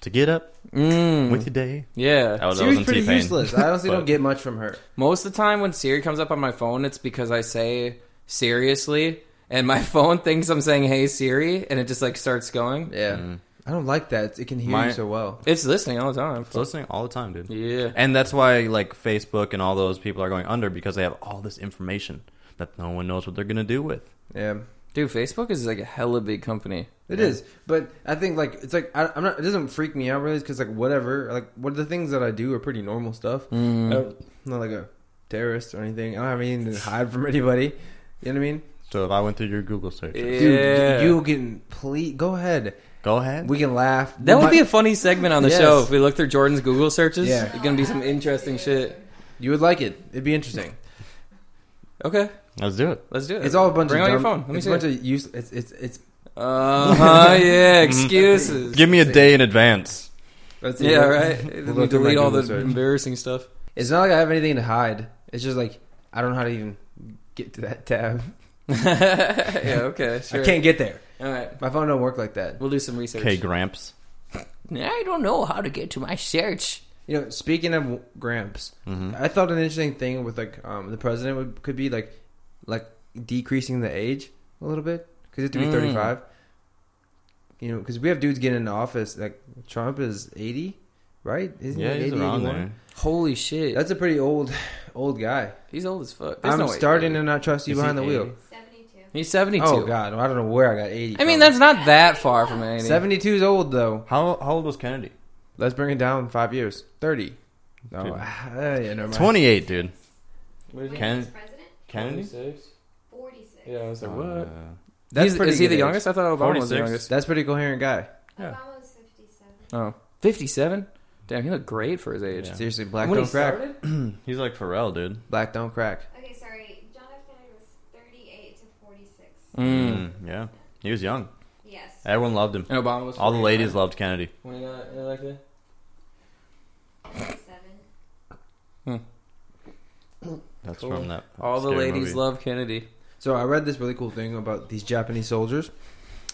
[SPEAKER 1] to get up
[SPEAKER 2] me. Mm,
[SPEAKER 1] with your day. Oh,
[SPEAKER 2] yeah.
[SPEAKER 1] That was, that was
[SPEAKER 5] Siri's
[SPEAKER 1] in
[SPEAKER 5] pretty
[SPEAKER 1] T-Pain.
[SPEAKER 5] useless. I honestly
[SPEAKER 1] But-
[SPEAKER 5] don't get much from her.
[SPEAKER 2] Most of the time when Siri comes up on my phone, it's because I say seriously, and my phone thinks I'm saying "Hey Siri," and it just like starts going.
[SPEAKER 5] Yeah, I don't like that. It can hear
[SPEAKER 1] Mm. My-
[SPEAKER 5] you so well.
[SPEAKER 2] It's listening all the time.
[SPEAKER 1] It's listening all the time, dude.
[SPEAKER 2] Yeah.
[SPEAKER 1] And that's why like Facebook and all those people are going under because they have all this information that no one knows what they're gonna do with.
[SPEAKER 5] Yeah.
[SPEAKER 2] Dude, Facebook is like a hella big company.
[SPEAKER 5] It is, but I think like it's like I, I'm not. It doesn't freak me out really, because like whatever, like what the things that I do are pretty normal stuff.
[SPEAKER 1] Mm-hmm.
[SPEAKER 5] I don't- I'm not like a terrorist or anything. I don't have anything to hide from anybody. You know what I mean,
[SPEAKER 1] So if I went through your Google search,
[SPEAKER 2] Yeah.
[SPEAKER 5] dude? You can please go ahead.
[SPEAKER 1] go ahead.
[SPEAKER 5] We can laugh.
[SPEAKER 2] that
[SPEAKER 5] We
[SPEAKER 2] would be
[SPEAKER 5] might-
[SPEAKER 2] a funny segment on the
[SPEAKER 5] Yes.
[SPEAKER 2] show if we look through Jordan's Google searches.
[SPEAKER 5] Yeah.
[SPEAKER 2] It's gonna be some interesting shit.
[SPEAKER 5] you would like it. It'd be interesting.
[SPEAKER 2] Okay,
[SPEAKER 1] Let's do it.
[SPEAKER 2] let's do it.
[SPEAKER 5] It's all a bunch
[SPEAKER 2] Bring
[SPEAKER 5] of
[SPEAKER 2] out your
[SPEAKER 5] dumb-
[SPEAKER 2] phone. Let me
[SPEAKER 5] it's
[SPEAKER 2] see.
[SPEAKER 5] a bunch
[SPEAKER 2] it.
[SPEAKER 5] of use. It's it's it's.
[SPEAKER 2] Uh huh. Yeah. Excuses.
[SPEAKER 1] Give me a day in advance.
[SPEAKER 5] let's see.
[SPEAKER 2] Yeah. Right.
[SPEAKER 5] We'll
[SPEAKER 2] Then
[SPEAKER 5] go
[SPEAKER 2] we
[SPEAKER 5] through my
[SPEAKER 2] delete all the
[SPEAKER 5] Google search.
[SPEAKER 2] embarrassing stuff.
[SPEAKER 5] It's not like I have anything to hide. It's just like I don't know how to even get to that tab.
[SPEAKER 2] yeah. Okay. Sure.
[SPEAKER 5] I can't get there.
[SPEAKER 2] All right.
[SPEAKER 5] My phone don't work like that.
[SPEAKER 2] We'll do some research.
[SPEAKER 1] Okay, Gramps.
[SPEAKER 2] I don't know how to get to my search.
[SPEAKER 5] You know, speaking of Gramps, I thought an interesting thing with like um, the president would, could be like like decreasing the age a little bit because it to be
[SPEAKER 2] Mm.
[SPEAKER 5] thirty five. You know, because we have dudes getting into office. Like Trump is eighty, right? Isn't
[SPEAKER 1] Yeah,
[SPEAKER 5] he
[SPEAKER 1] he's
[SPEAKER 5] 80,
[SPEAKER 1] around
[SPEAKER 5] 81?
[SPEAKER 1] there.
[SPEAKER 2] Holy shit.
[SPEAKER 5] That's a pretty old old guy.
[SPEAKER 2] He's old as fuck. There's
[SPEAKER 5] I'm
[SPEAKER 2] no way-
[SPEAKER 5] starting to not trust you
[SPEAKER 1] Is he
[SPEAKER 5] behind the
[SPEAKER 1] 80?
[SPEAKER 5] wheel.
[SPEAKER 7] 72.
[SPEAKER 2] He's 72.
[SPEAKER 5] Oh God, I don't know where I got eighty.
[SPEAKER 2] I mean, that's not that far from any.
[SPEAKER 5] seventy two is old though.
[SPEAKER 1] How how old was Kennedy?
[SPEAKER 5] Let's bring it down five years. Thirty. Oh,
[SPEAKER 1] Dude.
[SPEAKER 5] yeah, never mind.
[SPEAKER 1] Twenty eight, dude.
[SPEAKER 7] When he
[SPEAKER 1] Ken-
[SPEAKER 7] was president?
[SPEAKER 1] Kennedy.
[SPEAKER 7] 46.
[SPEAKER 2] Yeah, I was like, what?
[SPEAKER 1] Uh,
[SPEAKER 5] That's
[SPEAKER 2] He's-
[SPEAKER 5] pretty
[SPEAKER 2] is he
[SPEAKER 5] good
[SPEAKER 2] the
[SPEAKER 5] age.
[SPEAKER 2] youngest? I thought Obama was the
[SPEAKER 1] 46.
[SPEAKER 2] youngest.
[SPEAKER 5] That's pretty coherent guy.
[SPEAKER 1] Yeah.
[SPEAKER 7] Obama was 57.
[SPEAKER 2] Oh. 57? Damn, he looked great for his age.
[SPEAKER 1] Yeah.
[SPEAKER 5] Seriously, black
[SPEAKER 2] When he
[SPEAKER 5] don't crack.
[SPEAKER 2] started?
[SPEAKER 1] he's like Pharrell, dude.
[SPEAKER 5] Black don't crack.
[SPEAKER 7] Okay, sorry. John F. Kennedy was 38 to 46.
[SPEAKER 2] Mm. Uh,
[SPEAKER 1] Mm, yeah, he was young.
[SPEAKER 7] Yes.
[SPEAKER 1] Everyone loved him.
[SPEAKER 2] And Obama was
[SPEAKER 1] All the
[SPEAKER 2] 49
[SPEAKER 1] ladies loved Kennedy.
[SPEAKER 2] When he got elected?
[SPEAKER 7] 47.
[SPEAKER 1] That's
[SPEAKER 2] Cool.
[SPEAKER 1] from that.
[SPEAKER 2] All the
[SPEAKER 1] scary
[SPEAKER 2] ladies
[SPEAKER 1] movie.
[SPEAKER 2] love Kennedy.
[SPEAKER 5] So I read this really cool thing about these Japanese soldiers.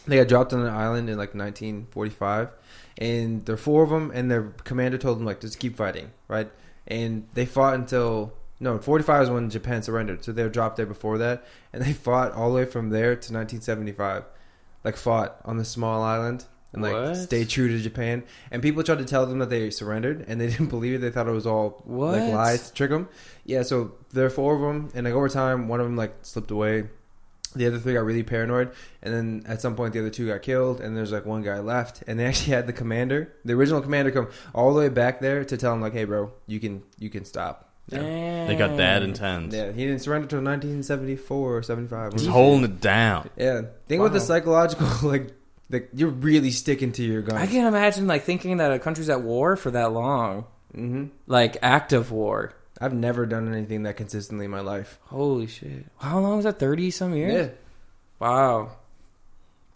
[SPEAKER 5] They got dropped on an island in like 1945, and there are four of them, and their commander told them like just keep fighting, right? And they fought until no 45 is when Japan surrendered, so they were dropped there before that, and they fought all the way from there to 1975, like fought on the small island. And like
[SPEAKER 2] What?
[SPEAKER 5] stay true to Japan, and people tried to tell them that they surrendered, and they didn't believe it. They thought it was all
[SPEAKER 2] What?
[SPEAKER 5] like lies to trick them. Yeah, so there are four of them, and like over time, one of them like slipped away. The other three got really paranoid, and then at some point, the other two got killed, and there's like one guy left, and they actually had the commander, the original commander, come all the way back there to tell him like, "Hey, bro, you can you can stop." Yeah,
[SPEAKER 1] They got that intense.
[SPEAKER 5] yeah he didn't surrender till 1974 or 75.
[SPEAKER 1] He's holding it down.
[SPEAKER 5] Yeah, think about the
[SPEAKER 2] Wow.
[SPEAKER 5] psychological like, like you're really sticking to your
[SPEAKER 2] I
[SPEAKER 5] guns.
[SPEAKER 2] can't imagine like thinking that a country's at war for that long,
[SPEAKER 5] hmm
[SPEAKER 2] like active war.
[SPEAKER 5] I've never done anything that consistently in my life.
[SPEAKER 2] Holy shit! How long was that? Thirty some years.
[SPEAKER 5] Yeah,
[SPEAKER 2] Wow,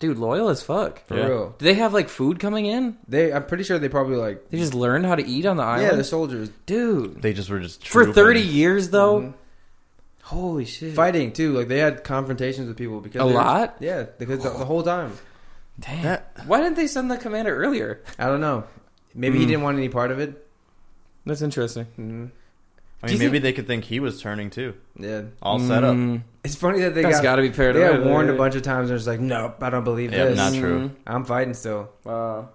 [SPEAKER 2] dude, loyal as fuck.
[SPEAKER 5] for
[SPEAKER 1] Yeah.
[SPEAKER 5] real.
[SPEAKER 2] Do they have like food coming in?
[SPEAKER 5] They, I'm pretty sure they probably like,
[SPEAKER 2] They just learned how to eat on the
[SPEAKER 5] yeah,
[SPEAKER 2] island,
[SPEAKER 5] they're soldiers.
[SPEAKER 2] dude.
[SPEAKER 1] They just were just
[SPEAKER 2] For
[SPEAKER 1] trooping.
[SPEAKER 2] thirty years though.
[SPEAKER 5] Mm-hmm.
[SPEAKER 2] Holy shit!
[SPEAKER 5] fighting too. Like they had confrontations with people because
[SPEAKER 2] A
[SPEAKER 5] they were-
[SPEAKER 2] lot?
[SPEAKER 5] Yeah, because the, the whole time.
[SPEAKER 2] Damn.
[SPEAKER 1] That-
[SPEAKER 2] Why didn't they send the commander earlier?
[SPEAKER 5] I don't know. Maybe
[SPEAKER 2] Mm.
[SPEAKER 5] he didn't want any part of it. Mm-hmm.
[SPEAKER 2] That's interesting.
[SPEAKER 1] I
[SPEAKER 2] Do you Mm,
[SPEAKER 1] mean, maybe they could think he was turning too.
[SPEAKER 5] Yeah,
[SPEAKER 1] All set up.
[SPEAKER 5] it's funny that they
[SPEAKER 2] That's
[SPEAKER 5] got,
[SPEAKER 2] got to be
[SPEAKER 5] they
[SPEAKER 2] paired
[SPEAKER 5] got warned a bunch of times. and They're just like, nope, I don't believe
[SPEAKER 1] Yeah,
[SPEAKER 5] this.
[SPEAKER 1] not true.
[SPEAKER 5] I'm fighting still.
[SPEAKER 2] Mm. Wow.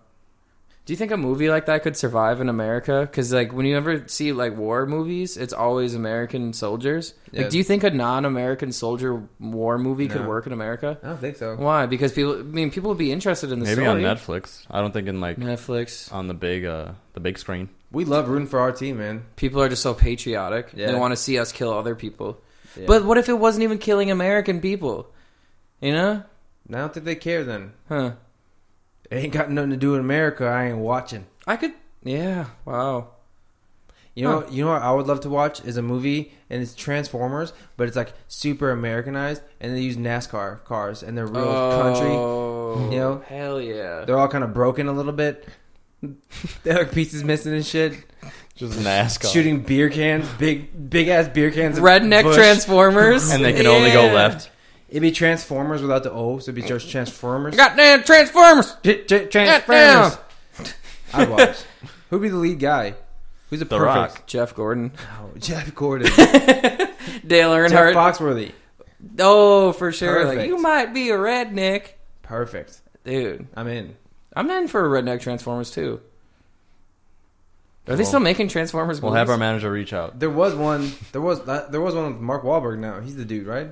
[SPEAKER 2] Do you think a movie like that could survive in America? Because like when you ever see like war movies, it's always American soldiers.
[SPEAKER 5] Yeah.
[SPEAKER 2] Like, do you think a non-American soldier war movie could
[SPEAKER 5] No.
[SPEAKER 2] work in America?
[SPEAKER 5] I don't think so.
[SPEAKER 2] Why? Because people, I mean, people would be interested in the
[SPEAKER 1] Maybe on
[SPEAKER 2] story.
[SPEAKER 1] Netflix. I don't think in like
[SPEAKER 2] Netflix.
[SPEAKER 1] on the big uh the big screen.
[SPEAKER 5] We love rooting for our team, man.
[SPEAKER 2] People are just so patriotic.
[SPEAKER 5] Yeah.
[SPEAKER 2] They want to see us kill other people.
[SPEAKER 5] Yeah.
[SPEAKER 2] But what if it wasn't even killing American people? You know?
[SPEAKER 5] I don't think they care then.
[SPEAKER 2] Huh.
[SPEAKER 5] It ain't got nothing to do with America. I ain't watching.
[SPEAKER 2] I could. Yeah. Wow.
[SPEAKER 5] You know, you know what I would love to watch is a movie and it's Transformers, but it's like super Americanized, and they use NASCAR cars and they're real country.
[SPEAKER 2] country.
[SPEAKER 5] you know?
[SPEAKER 2] Oh, Hell yeah.
[SPEAKER 5] They're all kind of broken a little bit. there are pieces missing and shit.
[SPEAKER 1] Just NASCAR.
[SPEAKER 5] Shooting beer cans, big big ass beer cans. of
[SPEAKER 2] Redneck
[SPEAKER 5] Busch.
[SPEAKER 2] Transformers.
[SPEAKER 1] And they can only go
[SPEAKER 5] Yeah.
[SPEAKER 1] left.
[SPEAKER 5] It'd be Transformers without the O, so it'd be just Transformers.
[SPEAKER 2] Goddamn Transformers.
[SPEAKER 5] J- J-
[SPEAKER 2] Goddamn.
[SPEAKER 5] Transformers. I watch. Who'd be the lead guy? Who's the,
[SPEAKER 1] The
[SPEAKER 5] perfect?
[SPEAKER 1] Rock.
[SPEAKER 2] Jeff Gordon.
[SPEAKER 5] Oh, Jeff Gordon,
[SPEAKER 2] Dale
[SPEAKER 5] Jeff
[SPEAKER 2] Earnhardt.
[SPEAKER 5] Foxworthy.
[SPEAKER 2] Oh, for sure. Like
[SPEAKER 5] Perfect.
[SPEAKER 2] you might be a redneck,
[SPEAKER 5] Perfect.
[SPEAKER 2] dude.
[SPEAKER 5] I'm in.
[SPEAKER 2] I'm in for a redneck Transformers too. Are they
[SPEAKER 1] Well,
[SPEAKER 2] still making Transformers?
[SPEAKER 1] We'll have our
[SPEAKER 2] movies?
[SPEAKER 1] manager reach out.
[SPEAKER 5] There was one. There was uh, there was one with Mark Wahlberg. Now he's the dude, right?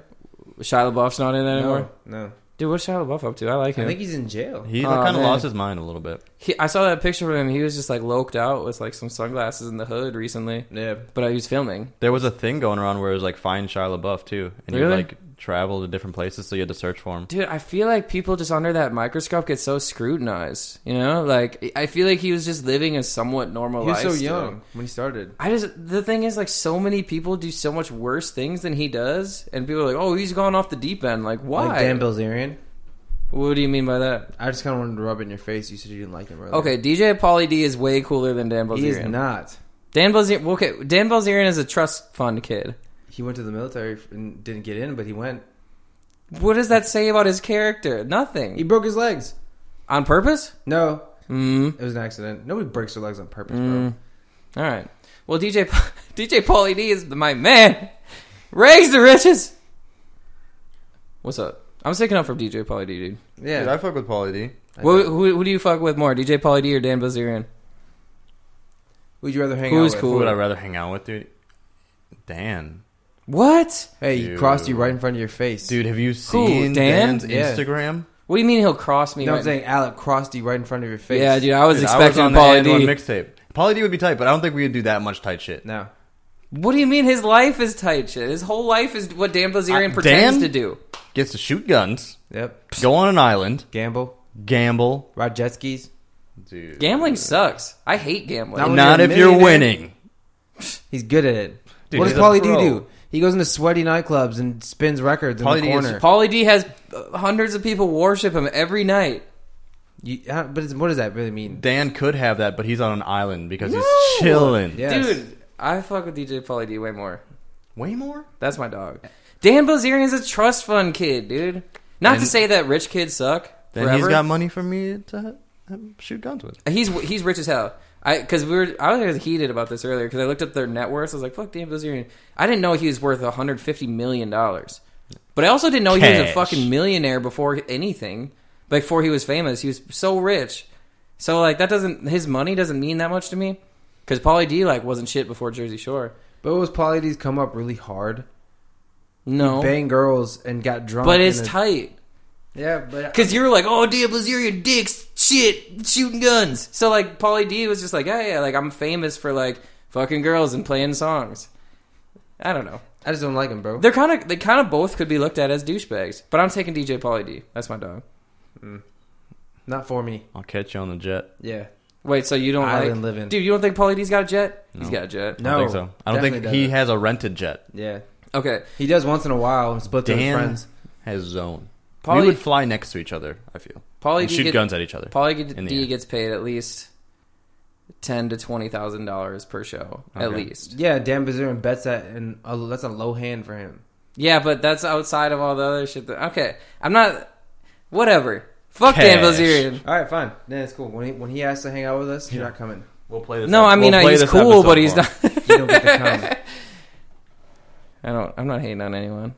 [SPEAKER 2] Shia LaBeouf's not in it anymore.
[SPEAKER 5] No, no.
[SPEAKER 2] Dude, what's Shia LaBeouf up to? I like
[SPEAKER 5] I
[SPEAKER 2] him.
[SPEAKER 5] think he's in jail.
[SPEAKER 1] He
[SPEAKER 2] Aw,
[SPEAKER 1] kind of
[SPEAKER 2] man.
[SPEAKER 1] lost his mind a little bit.
[SPEAKER 2] He, I saw that picture of him. He was just like loped out with like some sunglasses in the hood recently.
[SPEAKER 5] Yeah.
[SPEAKER 2] But I was filming.
[SPEAKER 1] There was a thing going around where it was like find Shia LaBeouf too, and he
[SPEAKER 2] Really?
[SPEAKER 1] like traveled to different places, so you had to search for him.
[SPEAKER 2] Dude, I feel like people just under that microscope get so scrutinized. You know, like I feel like he was just living a somewhat normal
[SPEAKER 5] He
[SPEAKER 2] life.
[SPEAKER 5] was so
[SPEAKER 2] still.
[SPEAKER 5] young when he started.
[SPEAKER 2] I just the thing is like so many people do so much worse things than he does, and people are like, "Oh, he's gone off the deep end." Like why?
[SPEAKER 5] Like Dan Bilzerian.
[SPEAKER 2] what do you mean by that?
[SPEAKER 5] I just kind of wanted to rub it in your face. You said you didn't like him. Earlier.
[SPEAKER 2] Okay, DJ Pauly D is way cooler than Dan Bilzerian.
[SPEAKER 5] He is not.
[SPEAKER 2] Dan Bilzerian. Okay, Dan Bilzerian is a trust fund kid.
[SPEAKER 5] He went to the military and didn't get in, but he went.
[SPEAKER 2] What does that say about his character? Nothing.
[SPEAKER 5] He broke his legs.
[SPEAKER 2] On purpose?
[SPEAKER 5] No,
[SPEAKER 2] Mm.
[SPEAKER 5] it was an accident. Nobody breaks their legs on purpose, bro.
[SPEAKER 2] All right. Well, DJ Pa- DJ Pauly D is my man. Raise the riches. What's up? I'm sticking up for DJ Pauly D, dude.
[SPEAKER 5] Yeah,
[SPEAKER 1] Dude, I fuck with Pauly D.
[SPEAKER 2] Who, who, who do you fuck with more, DJ Pauly D or Dan Bilzerian?
[SPEAKER 5] would you rather hang
[SPEAKER 2] Who's
[SPEAKER 5] out
[SPEAKER 1] Who
[SPEAKER 5] with?
[SPEAKER 2] cool?
[SPEAKER 1] would I rather hang out with, dude? Dan,
[SPEAKER 2] What?
[SPEAKER 5] Hey, he
[SPEAKER 1] Dude.
[SPEAKER 5] crossed you right in front of your face,
[SPEAKER 1] dude, have you seen
[SPEAKER 2] Dan?
[SPEAKER 1] Dan's
[SPEAKER 5] Yeah.
[SPEAKER 1] Instagram?
[SPEAKER 2] What do you mean he'll cross me?
[SPEAKER 5] You know what
[SPEAKER 2] right-
[SPEAKER 5] I'm saying? Alec crossed you right in front of your face.
[SPEAKER 2] Yeah, dude, I was
[SPEAKER 1] Dude,
[SPEAKER 2] expecting
[SPEAKER 1] on the
[SPEAKER 2] Pauly
[SPEAKER 1] And
[SPEAKER 2] D.
[SPEAKER 1] One mixtape. Pauly D would be tight, but I don't think we would do that much tight shit.
[SPEAKER 5] No,
[SPEAKER 2] what do you mean his life is tight shit? His whole life is what Dan Bilzerian
[SPEAKER 1] Uh,
[SPEAKER 2] pretends
[SPEAKER 1] Dan?
[SPEAKER 2] to do.
[SPEAKER 1] Gets to shoot guns,
[SPEAKER 5] yep.
[SPEAKER 1] go on an island,
[SPEAKER 5] Gamble,
[SPEAKER 1] gamble,
[SPEAKER 5] ride jet skis.
[SPEAKER 1] dude.
[SPEAKER 2] Gambling sucks. I hate gambling.
[SPEAKER 5] Now-
[SPEAKER 1] Not
[SPEAKER 5] You're a
[SPEAKER 1] if you're
[SPEAKER 5] millionaire.
[SPEAKER 1] winning.
[SPEAKER 5] He's good at it.
[SPEAKER 1] Dude,
[SPEAKER 5] what does
[SPEAKER 1] he's a
[SPEAKER 5] Paulie D
[SPEAKER 1] pro.
[SPEAKER 5] do? He goes into sweaty nightclubs and spins records
[SPEAKER 1] Pauly
[SPEAKER 5] in the
[SPEAKER 1] D is-
[SPEAKER 5] corner.
[SPEAKER 2] Pauly D has uh, hundreds of people worship him every night.
[SPEAKER 5] You- uh, but it's, what does that really mean?
[SPEAKER 1] Dan could have that, but he's on an island because
[SPEAKER 2] No!
[SPEAKER 1] he's chilling.
[SPEAKER 5] Yes.
[SPEAKER 2] Dude, I fuck with DJ Pauly D way more.
[SPEAKER 1] Way more?
[SPEAKER 2] That's my dog. Dan Bilzerian's a trust fund kid, dude. Not to
[SPEAKER 1] And-
[SPEAKER 2] say that rich kids suck.
[SPEAKER 1] Then
[SPEAKER 2] forever.
[SPEAKER 1] he's got money for me to um, shoot guns with.
[SPEAKER 2] He's he's rich as hell. I because we were I was heated about this earlier because I looked up their net worth. I was like, fuck Dan Bilzerian. I didn't know he was worth 150 million dollars, but I also didn't know he was a
[SPEAKER 1] Cash.
[SPEAKER 2] fucking millionaire before anything. Before he was famous, he was so rich. So like that doesn't his money doesn't mean that much to me because Pauly D like wasn't shit before Jersey Shore.
[SPEAKER 5] But was Paulie D's come up really hard?
[SPEAKER 2] No,
[SPEAKER 5] Bang girls and got drunk.
[SPEAKER 2] but
[SPEAKER 5] and
[SPEAKER 2] it's
[SPEAKER 5] then-
[SPEAKER 2] tight.
[SPEAKER 5] Yeah, but
[SPEAKER 2] Because you're like, oh, Dan Bilzerian dicks, shit, shooting guns. So, like, Pauly D was just like, yeah, yeah, like, I'm famous for, like, fucking girls and playing songs. I don't know.
[SPEAKER 5] I just don't like him, bro.
[SPEAKER 2] They're kind of, they kind of both could be looked at as douchebags. But I'm taking DJ Pauly D. That's my dog.
[SPEAKER 5] Not for me.
[SPEAKER 1] I'll catch you on the jet.
[SPEAKER 5] Yeah.
[SPEAKER 2] Wait, so you don't
[SPEAKER 5] Island
[SPEAKER 2] like...
[SPEAKER 5] living.
[SPEAKER 2] Dude, you don't think Pauly D's got a jet? He's got a jet.
[SPEAKER 1] I
[SPEAKER 5] No.
[SPEAKER 1] don't think so. I don't think
[SPEAKER 5] Definitely
[SPEAKER 1] he
[SPEAKER 5] doesn't.
[SPEAKER 1] has a rented jet.
[SPEAKER 5] Yeah.
[SPEAKER 2] Okay.
[SPEAKER 5] He does once in a while and splits with his
[SPEAKER 1] Dan
[SPEAKER 5] friends.
[SPEAKER 1] has zone.
[SPEAKER 2] Pauly-
[SPEAKER 1] we would fly next to each other. I feel.
[SPEAKER 2] Pauly
[SPEAKER 1] and
[SPEAKER 2] D
[SPEAKER 1] shoot
[SPEAKER 2] get-
[SPEAKER 1] guns at each other.
[SPEAKER 2] Pauly
[SPEAKER 1] in the
[SPEAKER 2] D
[SPEAKER 1] end.
[SPEAKER 2] gets paid at least... Ten to twenty thousand dollars per show, at
[SPEAKER 1] Okay.
[SPEAKER 2] least.
[SPEAKER 5] Yeah, Dan Bazarian bets that, and uh, that's a low hand for him.
[SPEAKER 2] Yeah, but that's outside of all the other shit. That, okay, I'm not. Whatever. Fuck Dan
[SPEAKER 1] Cash.
[SPEAKER 2] Bilzerian.
[SPEAKER 5] All right, fine. Then it's cool. When he, when he asks to hang out with us, you're not coming.
[SPEAKER 1] We'll play this.
[SPEAKER 2] No, I mean
[SPEAKER 1] we'll
[SPEAKER 2] uh,
[SPEAKER 1] play
[SPEAKER 2] he's
[SPEAKER 1] this
[SPEAKER 2] cool,
[SPEAKER 1] episode
[SPEAKER 2] but he's
[SPEAKER 1] for him.
[SPEAKER 2] not.
[SPEAKER 5] You don't get to come.
[SPEAKER 2] I don't. I'm not hating on anyone.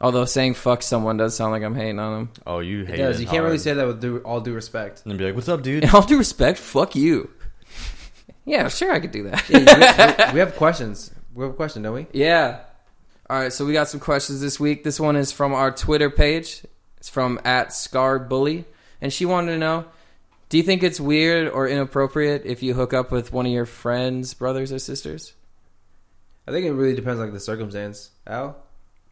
[SPEAKER 2] Although saying fuck someone does sound like I'm hating on them.
[SPEAKER 1] Oh, you hate it.
[SPEAKER 5] Does you can't really
[SPEAKER 1] hard.
[SPEAKER 5] say that with due, all due respect.
[SPEAKER 1] And be like, "What's up, dude?"
[SPEAKER 2] In all due respect, fuck you. Yeah, sure, I could do that.
[SPEAKER 5] Yeah, we, we- we have questions. We have a question, don't we?
[SPEAKER 2] Yeah. All right, so we got some questions this week. This one is from our Twitter page. It's from at Scar Bully, and she wanted to know: Do you think it's weird or inappropriate if you hook up with one of your friends, brothers, or sisters?
[SPEAKER 5] I think it really depends like the circumstance. Al?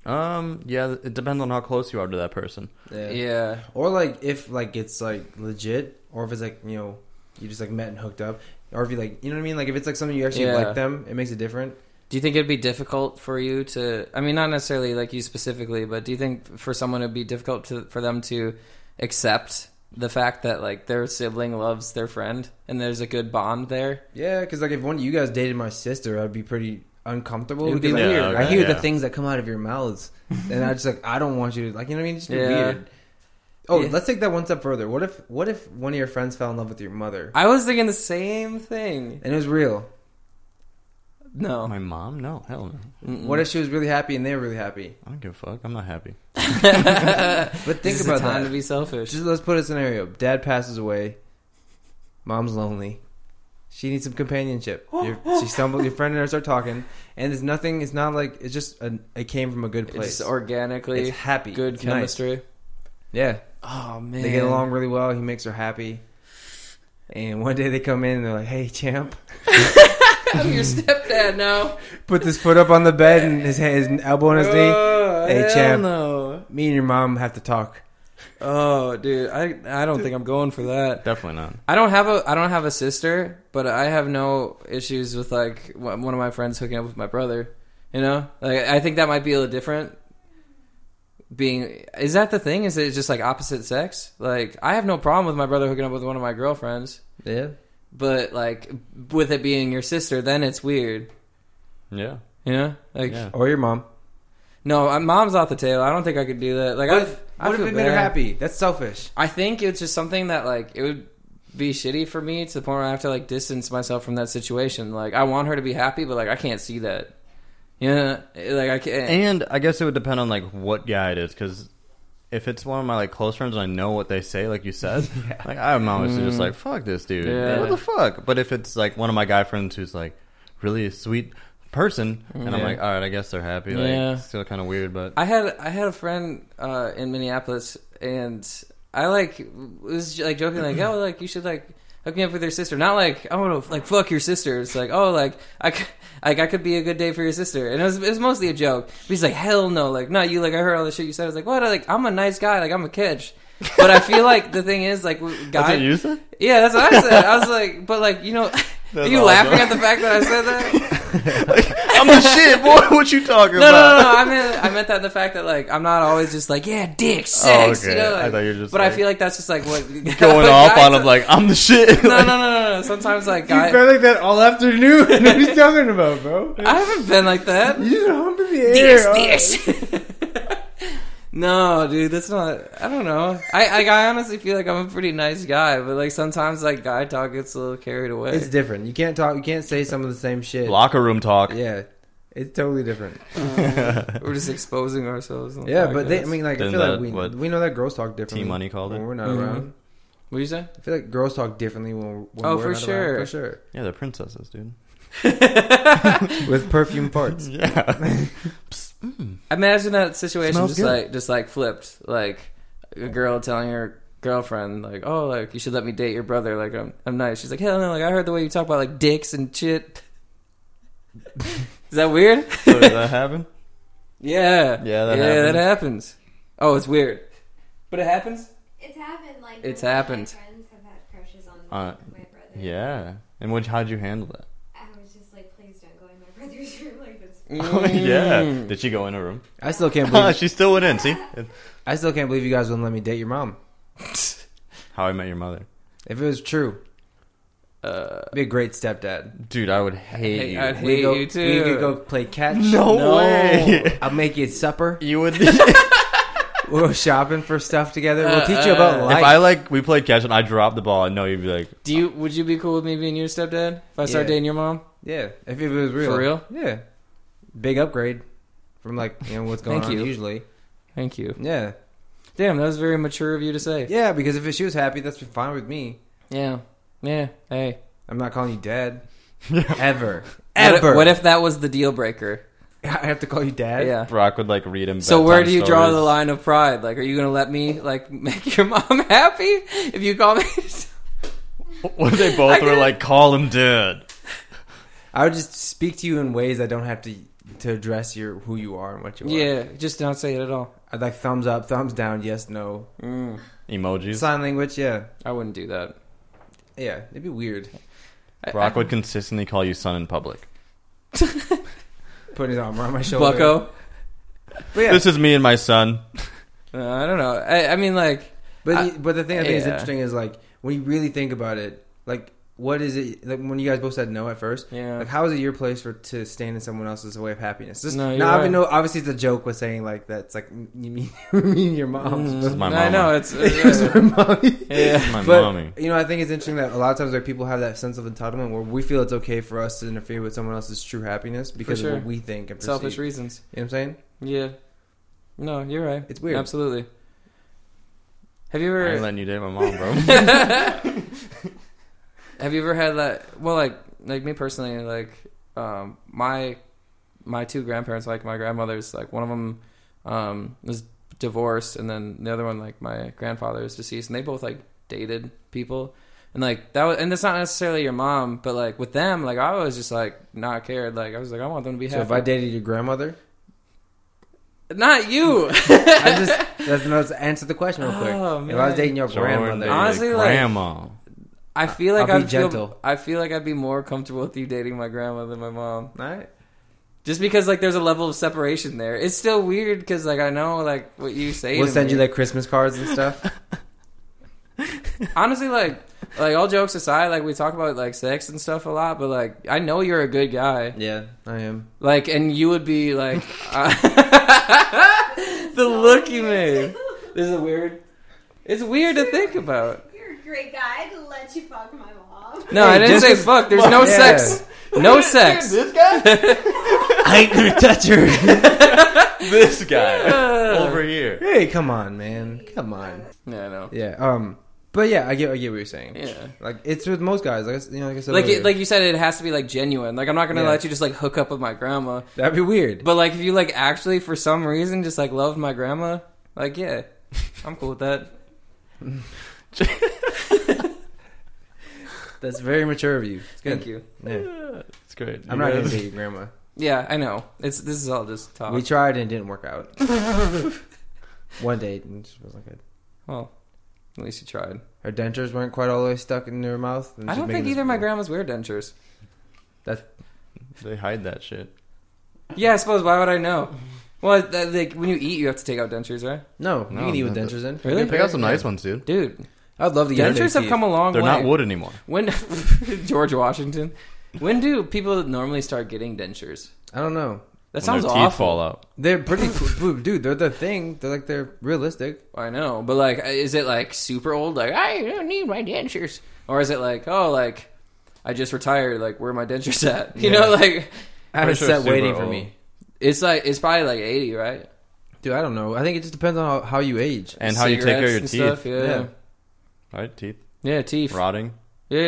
[SPEAKER 1] Um, yeah, it depends on how close you are to that person.
[SPEAKER 2] Yeah,
[SPEAKER 5] Or like if like it's like legit, or if it's like you know you just like met and hooked up, or if you like you know what I mean. Like if it's like something you actually
[SPEAKER 2] Yeah.
[SPEAKER 5] like them, it makes it different.
[SPEAKER 2] Do you think it'd be difficult for you to? I mean, not necessarily like you specifically, but do you think for someone it'd be difficult to, for them to accept the fact that like their sibling loves their friend and there's a good bond there?
[SPEAKER 5] Yeah, because like if one of you guys dated my sister, I'd be pretty uncomfortable.
[SPEAKER 2] It would be "Oh,
[SPEAKER 5] because, like,
[SPEAKER 1] weird.
[SPEAKER 5] I
[SPEAKER 1] Yeah,
[SPEAKER 5] hear
[SPEAKER 1] okay,
[SPEAKER 5] the
[SPEAKER 1] yeah.
[SPEAKER 5] things that come out of your mouths, and I just like I don't want you to like you know what I mean. Just be
[SPEAKER 2] Yeah.
[SPEAKER 5] weird. Oh,
[SPEAKER 2] Yeah.
[SPEAKER 5] let's take that one step further. What if what if one of your friends fell in love with your mother
[SPEAKER 2] I was thinking the same thing.
[SPEAKER 5] and it was real? Oh
[SPEAKER 2] No,
[SPEAKER 1] My mom? No, hell no.
[SPEAKER 5] What if she was really happy and they were really happy?
[SPEAKER 1] I don't give a fuck. I'm not happy.
[SPEAKER 5] But think
[SPEAKER 2] This is
[SPEAKER 5] about
[SPEAKER 2] the time
[SPEAKER 5] that.
[SPEAKER 2] to be selfish.
[SPEAKER 5] Just let's put a scenario. Dad passes away. Mom's lonely. She needs some companionship. Your, she stumbled. Your friend and her start talking, and it's nothing. It's not like it's just. An, it came from a good place.
[SPEAKER 2] It's organically
[SPEAKER 5] It's happy.
[SPEAKER 2] good
[SPEAKER 5] It's nice.
[SPEAKER 2] chemistry.
[SPEAKER 5] Yeah,
[SPEAKER 2] Oh man,
[SPEAKER 5] they get along really well. He makes her happy. And one day they come in and they're like, "Hey, champ,
[SPEAKER 2] I'm your stepdad now.
[SPEAKER 5] put this foot up on the bed and his, hand- his elbow on his knee.
[SPEAKER 2] Oh,
[SPEAKER 5] Hey,
[SPEAKER 2] hell
[SPEAKER 5] champ.
[SPEAKER 2] No.
[SPEAKER 5] Me and your mom have to talk."
[SPEAKER 2] Oh, dude, I I don't think I'm going for that.
[SPEAKER 1] Definitely not.
[SPEAKER 2] I don't have a I don't have a sister, but I have no issues with like one one of my friends hooking up with my brother. You know, like I think that might be a little different. Being is that the thing? Is it just like opposite sex? Like I have no problem with my brother hooking up with one of my girlfriends,
[SPEAKER 5] Yeah,
[SPEAKER 2] but like with it being your sister, then it's weird.
[SPEAKER 1] Yeah.
[SPEAKER 2] You know, like
[SPEAKER 1] Yeah.
[SPEAKER 5] or your mom.
[SPEAKER 2] no, I- mom's off the table. I don't think I could do that. Like
[SPEAKER 5] What
[SPEAKER 2] I,
[SPEAKER 5] if,
[SPEAKER 2] I
[SPEAKER 5] what if
[SPEAKER 2] feel
[SPEAKER 5] it made her
[SPEAKER 2] bad.
[SPEAKER 5] happy? That's selfish.
[SPEAKER 2] I think it's just something that like it would be shitty for me to the point where I have to like distance myself from that situation. Like I want her to be happy, but like I can't see that. You know, like I can't.
[SPEAKER 1] And I guess it would depend on like what guy it is, because if it's one of my like close friends and I know what they say, like you said, like I'm always just like fuck this dude,
[SPEAKER 2] Mm. Yeah.
[SPEAKER 1] what the fuck. But if it's like one of my guy friends who's like really a sweet person, and I'm
[SPEAKER 2] Yeah.
[SPEAKER 1] like, all right, I guess they're happy. Like,
[SPEAKER 2] Yeah.
[SPEAKER 1] still kind of weird, but
[SPEAKER 2] I had I had a friend uh, in Minneapolis, and I like was like joking like, oh, like you should like hook me up with your sister. Not like I want to like fuck your sister. It's like oh, like I c- like I could be a good day for your sister, and it was it was mostly a joke. But he's like, hell no, like no, you like I heard all the shit you said. I was like, what? I, like I'm a nice guy, like I'm a catch. But I feel like the thing is like w- guy.
[SPEAKER 1] that's what you said.
[SPEAKER 2] Yeah, that's what I said. I was like, but like you know, are you
[SPEAKER 1] awesome.
[SPEAKER 2] laughing at the fact that I said that?
[SPEAKER 1] Like, I'm the shit, boy. What you talking
[SPEAKER 2] No, no,
[SPEAKER 1] about?
[SPEAKER 2] no, no. I meant I meant that in the fact that like I'm not always just like yeah, dick, sex.
[SPEAKER 1] Oh, okay.
[SPEAKER 2] You know,
[SPEAKER 1] I
[SPEAKER 2] like-
[SPEAKER 1] thought you were just,
[SPEAKER 2] but
[SPEAKER 1] like,
[SPEAKER 2] I feel like that's just like what
[SPEAKER 1] Going off
[SPEAKER 2] guys-
[SPEAKER 1] on him like I'm the shit.
[SPEAKER 2] No, no, no, no, no. Sometimes like
[SPEAKER 5] You've been
[SPEAKER 2] I,
[SPEAKER 5] like that all afternoon. what are you talking about, bro?
[SPEAKER 2] I haven't been like that.
[SPEAKER 5] You just hump in the
[SPEAKER 2] Dicks,
[SPEAKER 5] air.
[SPEAKER 2] dicks. no, dude, that's not. I don't know. I like, I honestly feel like I'm a pretty nice guy, but like sometimes like guy talk gets a little carried away.
[SPEAKER 5] It's different. You can't talk. You can't say some of the same shit.
[SPEAKER 1] Locker room talk.
[SPEAKER 5] Yeah, it's totally different.
[SPEAKER 2] We're just exposing ourselves. on the
[SPEAKER 5] Yeah, but they, I
[SPEAKER 2] podcast.
[SPEAKER 5] mean, like I
[SPEAKER 1] Isn't
[SPEAKER 5] feel like
[SPEAKER 1] that
[SPEAKER 5] we
[SPEAKER 1] what
[SPEAKER 5] we know that girls talk differently.
[SPEAKER 1] Money called
[SPEAKER 5] when
[SPEAKER 1] it?
[SPEAKER 5] we're not
[SPEAKER 2] Mhm.
[SPEAKER 5] around.
[SPEAKER 2] what you say?
[SPEAKER 5] I feel like girls talk differently when, we're- when
[SPEAKER 2] Oh,
[SPEAKER 5] we're
[SPEAKER 2] for
[SPEAKER 5] not
[SPEAKER 2] sure.
[SPEAKER 5] around. For sure,
[SPEAKER 1] yeah, they're princesses, dude.
[SPEAKER 5] with perfume parts.
[SPEAKER 1] Yeah,
[SPEAKER 2] Imagine that situation
[SPEAKER 1] Smells
[SPEAKER 2] just
[SPEAKER 1] good.
[SPEAKER 2] like just like flipped, like a girl telling her girlfriend, like, "Oh, like you should let me date your brother. Like I'm, I'm nice." She's like, "Hell no! Like I heard the way you talk about like dicks and shit." Is that weird?
[SPEAKER 1] so does Oh, that happen?
[SPEAKER 2] yeah,
[SPEAKER 1] Yeah, that
[SPEAKER 2] yeah, that
[SPEAKER 1] happens.
[SPEAKER 2] happens. Oh, it's weird, but it happens.
[SPEAKER 7] It's happened. Like
[SPEAKER 2] It's
[SPEAKER 7] both of my
[SPEAKER 2] happened.
[SPEAKER 7] friends have had crushes on
[SPEAKER 1] Uh,
[SPEAKER 7] my brother.
[SPEAKER 1] Yeah. And what, how'd you handle that?
[SPEAKER 7] I was just like, please don't go in my brother's room like this.
[SPEAKER 1] Oh,
[SPEAKER 2] Mm.
[SPEAKER 1] yeah. Did she go in her room?
[SPEAKER 5] I still can't believe.
[SPEAKER 1] she still went in. See,
[SPEAKER 5] I still can't believe you guys wouldn't let me date your mom.
[SPEAKER 2] Mm.
[SPEAKER 1] how I met your mother,
[SPEAKER 5] If it was true, uh, be a great stepdad.
[SPEAKER 1] dude. I would hate
[SPEAKER 2] Hey,
[SPEAKER 1] you.
[SPEAKER 2] I'd hate
[SPEAKER 5] We go.
[SPEAKER 2] you too.
[SPEAKER 5] We could go play catch.
[SPEAKER 2] No. way.
[SPEAKER 5] I'll make you supper.
[SPEAKER 1] you would. if
[SPEAKER 5] We'll go shopping for stuff together.
[SPEAKER 2] Uh,
[SPEAKER 5] We'll teach you about life.
[SPEAKER 1] I like, we played catch and I dropped the ball. I know you'd be like,
[SPEAKER 2] Do you? Would you be cool with me being your stepdad if I start
[SPEAKER 5] Yeah.
[SPEAKER 2] dating your mom?
[SPEAKER 5] Yeah, if it was real.
[SPEAKER 2] For real?
[SPEAKER 5] Yeah. Big upgrade from like, you know, what's going
[SPEAKER 2] Thank
[SPEAKER 5] on
[SPEAKER 2] you.
[SPEAKER 5] usually.
[SPEAKER 2] Thank you.
[SPEAKER 5] Yeah,
[SPEAKER 2] Damn, that was very mature of you to say.
[SPEAKER 5] yeah. Because if she was happy, that's fine with me.
[SPEAKER 2] Yeah. Yeah. Hey.
[SPEAKER 5] I'm not calling you dad. Ever.
[SPEAKER 2] What if-
[SPEAKER 5] Ever.
[SPEAKER 2] What if that was the deal breaker?
[SPEAKER 5] I have to call you dad?
[SPEAKER 2] Yeah.
[SPEAKER 1] Brock would like read him.
[SPEAKER 2] So where do you
[SPEAKER 1] bedtime
[SPEAKER 2] draw the
[SPEAKER 1] stories.
[SPEAKER 2] line of pride? Like, are you gonna let me like make your mom happy if you call me?
[SPEAKER 1] What if they
[SPEAKER 2] I
[SPEAKER 1] both were
[SPEAKER 2] get it.
[SPEAKER 1] like, call him dad?
[SPEAKER 5] I would just speak to you in ways I don't have to to address your who you are and what you are.
[SPEAKER 2] yeah, just don't say it at all.
[SPEAKER 5] I'd like thumbs up, thumbs down, yes, no.
[SPEAKER 1] Emojis.
[SPEAKER 5] Sign language, yeah.
[SPEAKER 2] Mm, I wouldn't do that.
[SPEAKER 5] Yeah. It'd be weird.
[SPEAKER 1] Brock would consistently call you son in public.
[SPEAKER 5] Putting his arm around my shoulder.
[SPEAKER 2] Bucko.
[SPEAKER 5] But yeah.
[SPEAKER 1] This is me and my son.
[SPEAKER 2] Uh, I don't know. I, I mean, like,
[SPEAKER 5] but,
[SPEAKER 2] I-
[SPEAKER 5] the- but the thing I think is
[SPEAKER 2] yeah.
[SPEAKER 5] interesting is like when you really think about it, like what is it like when you guys both said no at first?
[SPEAKER 2] Yeah.
[SPEAKER 5] Like how is it your place for to stand in someone else's way of happiness? Just,
[SPEAKER 2] No,
[SPEAKER 5] no,
[SPEAKER 2] you're
[SPEAKER 5] now, I
[SPEAKER 2] right.
[SPEAKER 5] mean, no, obviously it's a joke with saying like that's like m- you mean you mean your mom.
[SPEAKER 1] is my
[SPEAKER 2] mm,
[SPEAKER 1] mama.
[SPEAKER 2] I know it's. uh,
[SPEAKER 5] It's my mommy.
[SPEAKER 2] Mm-hmm. yeah.
[SPEAKER 1] My
[SPEAKER 5] But
[SPEAKER 1] mommy.
[SPEAKER 5] you know, I think it's interesting that a lot of times like people have that sense of entitlement where we feel it's okay for us to interfere with someone else's true happiness because
[SPEAKER 2] sure.
[SPEAKER 5] of what we think and perceive.
[SPEAKER 2] selfish reasons.
[SPEAKER 5] You know what I'm saying?
[SPEAKER 2] Yeah. No, you're right.
[SPEAKER 5] It's weird.
[SPEAKER 2] Absolutely. Have you
[SPEAKER 1] I
[SPEAKER 2] ever?
[SPEAKER 1] ain't letting you date my mom, bro.
[SPEAKER 2] Have you ever had that? Well, like like me personally, like um, my my two grandparents, like my grandmother's, like one of them um, was divorced, and then the other one, like my grandfather, is deceased, and they both like dated people, and like that was, and that's not necessarily your mom, but like with them, like I was just like not cared, like I was like I want them to be
[SPEAKER 5] So
[SPEAKER 2] happy.
[SPEAKER 5] if I dated your grandmother,
[SPEAKER 2] not you.
[SPEAKER 5] I just that's no, let's answer the question real quick.
[SPEAKER 2] Oh,
[SPEAKER 5] if I was
[SPEAKER 2] man.
[SPEAKER 5] dating your grandmother,
[SPEAKER 2] Jordan. Honestly, like-
[SPEAKER 1] grandma.
[SPEAKER 2] I feel like
[SPEAKER 5] I'll
[SPEAKER 2] I'd
[SPEAKER 5] be
[SPEAKER 2] feel
[SPEAKER 5] gentle.
[SPEAKER 2] I feel like I'd be more comfortable with you dating my grandma than my mom.
[SPEAKER 5] all right.
[SPEAKER 2] Just because like there's a level of separation there. It's still weird because like I know like what you say.
[SPEAKER 5] We'll
[SPEAKER 2] to
[SPEAKER 5] send
[SPEAKER 2] me.
[SPEAKER 5] you like Christmas cards and stuff.
[SPEAKER 2] honestly like like all jokes aside like we talk about like sex and stuff a lot, but like I know you're a good guy.
[SPEAKER 5] yeah, I am.
[SPEAKER 2] Like and you would be like uh, the look you made. This is weird. It's weird to think about.
[SPEAKER 7] You're a great guy to let you fuck my mom.
[SPEAKER 2] No, I didn't
[SPEAKER 5] just
[SPEAKER 2] say
[SPEAKER 5] as-
[SPEAKER 2] fuck. There's no
[SPEAKER 5] Yeah.
[SPEAKER 2] sex. No sex.
[SPEAKER 5] I ain't gonna touch her.
[SPEAKER 1] This guy over here.
[SPEAKER 5] hey, come on, man. Come on.
[SPEAKER 2] Yeah, I know.
[SPEAKER 5] Yeah. Um. But yeah, I get I get what you're saying.
[SPEAKER 2] Yeah.
[SPEAKER 5] Like it's with most guys. Like I s- you know, like I said,
[SPEAKER 2] like
[SPEAKER 5] earlier.
[SPEAKER 2] it, like you said, it has to be like genuine. Like I'm not gonna
[SPEAKER 5] Yeah.
[SPEAKER 2] let you just like hook up with my grandma.
[SPEAKER 5] that'd be weird.
[SPEAKER 2] But like if you like actually for some reason just like loved my grandma, like yeah, I'm cool with that.
[SPEAKER 5] that's very mature of you. It's good.
[SPEAKER 2] Thank you.
[SPEAKER 5] Yeah.
[SPEAKER 1] It's great.
[SPEAKER 5] I'm not gonna date your grandma.
[SPEAKER 2] Yeah, I know. It's this is all just talk.
[SPEAKER 5] We tried and it didn't work out. One date and it just wasn't good.
[SPEAKER 2] well, at least you tried.
[SPEAKER 5] Her dentures weren't quite all the way stuck in her mouth. and
[SPEAKER 2] I
[SPEAKER 5] she's
[SPEAKER 2] don't
[SPEAKER 5] making
[SPEAKER 2] think
[SPEAKER 5] this-
[SPEAKER 2] either my grandmas wear dentures.
[SPEAKER 5] That's
[SPEAKER 1] They hide that shit.
[SPEAKER 2] Yeah, I suppose. Why would I know? Well, that, like when you eat, you have to take out dentures, right?
[SPEAKER 5] no, you
[SPEAKER 1] No,
[SPEAKER 5] can eat with
[SPEAKER 1] not
[SPEAKER 5] dentures in.
[SPEAKER 2] Really?
[SPEAKER 5] You can
[SPEAKER 1] They got some
[SPEAKER 5] pair-
[SPEAKER 1] nice
[SPEAKER 5] yeah.
[SPEAKER 1] ones, dude.
[SPEAKER 2] Dude,
[SPEAKER 5] I'd love to eat
[SPEAKER 2] dentures have come a long
[SPEAKER 1] They're
[SPEAKER 2] way.
[SPEAKER 1] not wood anymore.
[SPEAKER 2] When George Washington, when do people normally start getting dentures?
[SPEAKER 5] I don't know.
[SPEAKER 2] That
[SPEAKER 1] When
[SPEAKER 2] sounds
[SPEAKER 1] their
[SPEAKER 2] awful.
[SPEAKER 1] teeth fall out.
[SPEAKER 5] They're pretty, dude. They're the thing. They're like they're realistic.
[SPEAKER 2] I know, but like, uh, is it like super old? Like, I don't need my dentures, or is it like, oh, like I just retired. Like, where are my dentures at? You know, like
[SPEAKER 5] I had a
[SPEAKER 1] sure
[SPEAKER 5] set
[SPEAKER 1] super
[SPEAKER 5] waiting for
[SPEAKER 1] old.
[SPEAKER 5] me,
[SPEAKER 2] it's like it's probably like eighty, right?
[SPEAKER 5] dude. I don't know. I think it just depends on how, how you age.
[SPEAKER 1] And how you take care of your teeth.
[SPEAKER 2] Cigarettes and stuff, yeah. yeah,
[SPEAKER 5] Yeah.
[SPEAKER 1] Right? Teeth
[SPEAKER 2] teeth.
[SPEAKER 1] rotting.
[SPEAKER 2] Yeah,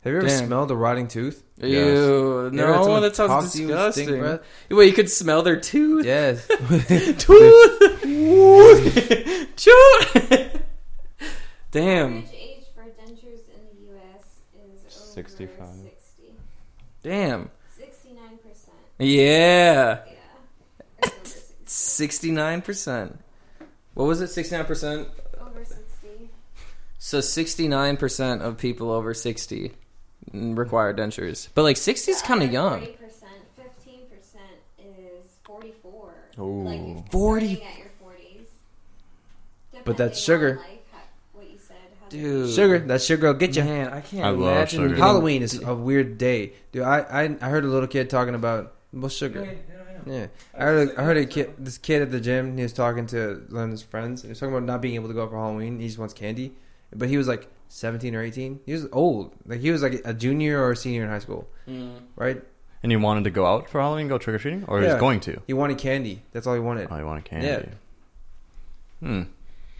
[SPEAKER 5] Have you ever
[SPEAKER 2] Damn.
[SPEAKER 5] smelled a rotting tooth?
[SPEAKER 2] ew.
[SPEAKER 1] Yes.
[SPEAKER 5] You ever had
[SPEAKER 2] No,
[SPEAKER 5] someone
[SPEAKER 2] that sounds
[SPEAKER 5] talk to you with stink
[SPEAKER 2] disgusting.
[SPEAKER 5] breath?
[SPEAKER 2] Wait, you could smell their tooth.
[SPEAKER 5] Yes.
[SPEAKER 2] Tooth. Tooth. Damn.
[SPEAKER 7] Average age for dentures in the U.S. is over
[SPEAKER 1] 65.
[SPEAKER 7] 60.
[SPEAKER 2] Damn.
[SPEAKER 7] 69 percent.
[SPEAKER 5] Uh,
[SPEAKER 2] Yeah.
[SPEAKER 7] Yeah. Or over 60.
[SPEAKER 2] Sixty nine percent. What was it? Sixty nine percent.
[SPEAKER 7] Over 60.
[SPEAKER 2] So sixty nine percent of people over sixty require dentures, but like sixty is kind of young.
[SPEAKER 7] 40%, 15% is 44.
[SPEAKER 1] Ooh.
[SPEAKER 7] Like if you're
[SPEAKER 2] 40.
[SPEAKER 7] working At your 40s.
[SPEAKER 5] But that's
[SPEAKER 7] Depending
[SPEAKER 5] sugar.
[SPEAKER 7] on life, how- what you said, how they-
[SPEAKER 2] Dude,
[SPEAKER 5] Sugar. That sugar will get you.
[SPEAKER 2] man, I can't
[SPEAKER 1] I love
[SPEAKER 2] imagine.
[SPEAKER 1] sugar.
[SPEAKER 2] getting-
[SPEAKER 5] Halloween is a weird day, dude. I, I I heard a little kid talking about well sugar. Yeah, I heard I heard a kid this kid at the gym. He was talking to one of his friends. And he was talking about not being able to go out for Halloween. He just wants candy, but he was like seventeen or eighteen. He was old. Like he was like a junior or a senior in high school, right?
[SPEAKER 1] And you wanted to go out for Halloween, go trick or treating? Or he's
[SPEAKER 5] Yeah.
[SPEAKER 1] going to?
[SPEAKER 5] He wanted candy. That's all he wanted.
[SPEAKER 1] Oh, you want a candy.
[SPEAKER 5] Yeah.
[SPEAKER 1] Hmm.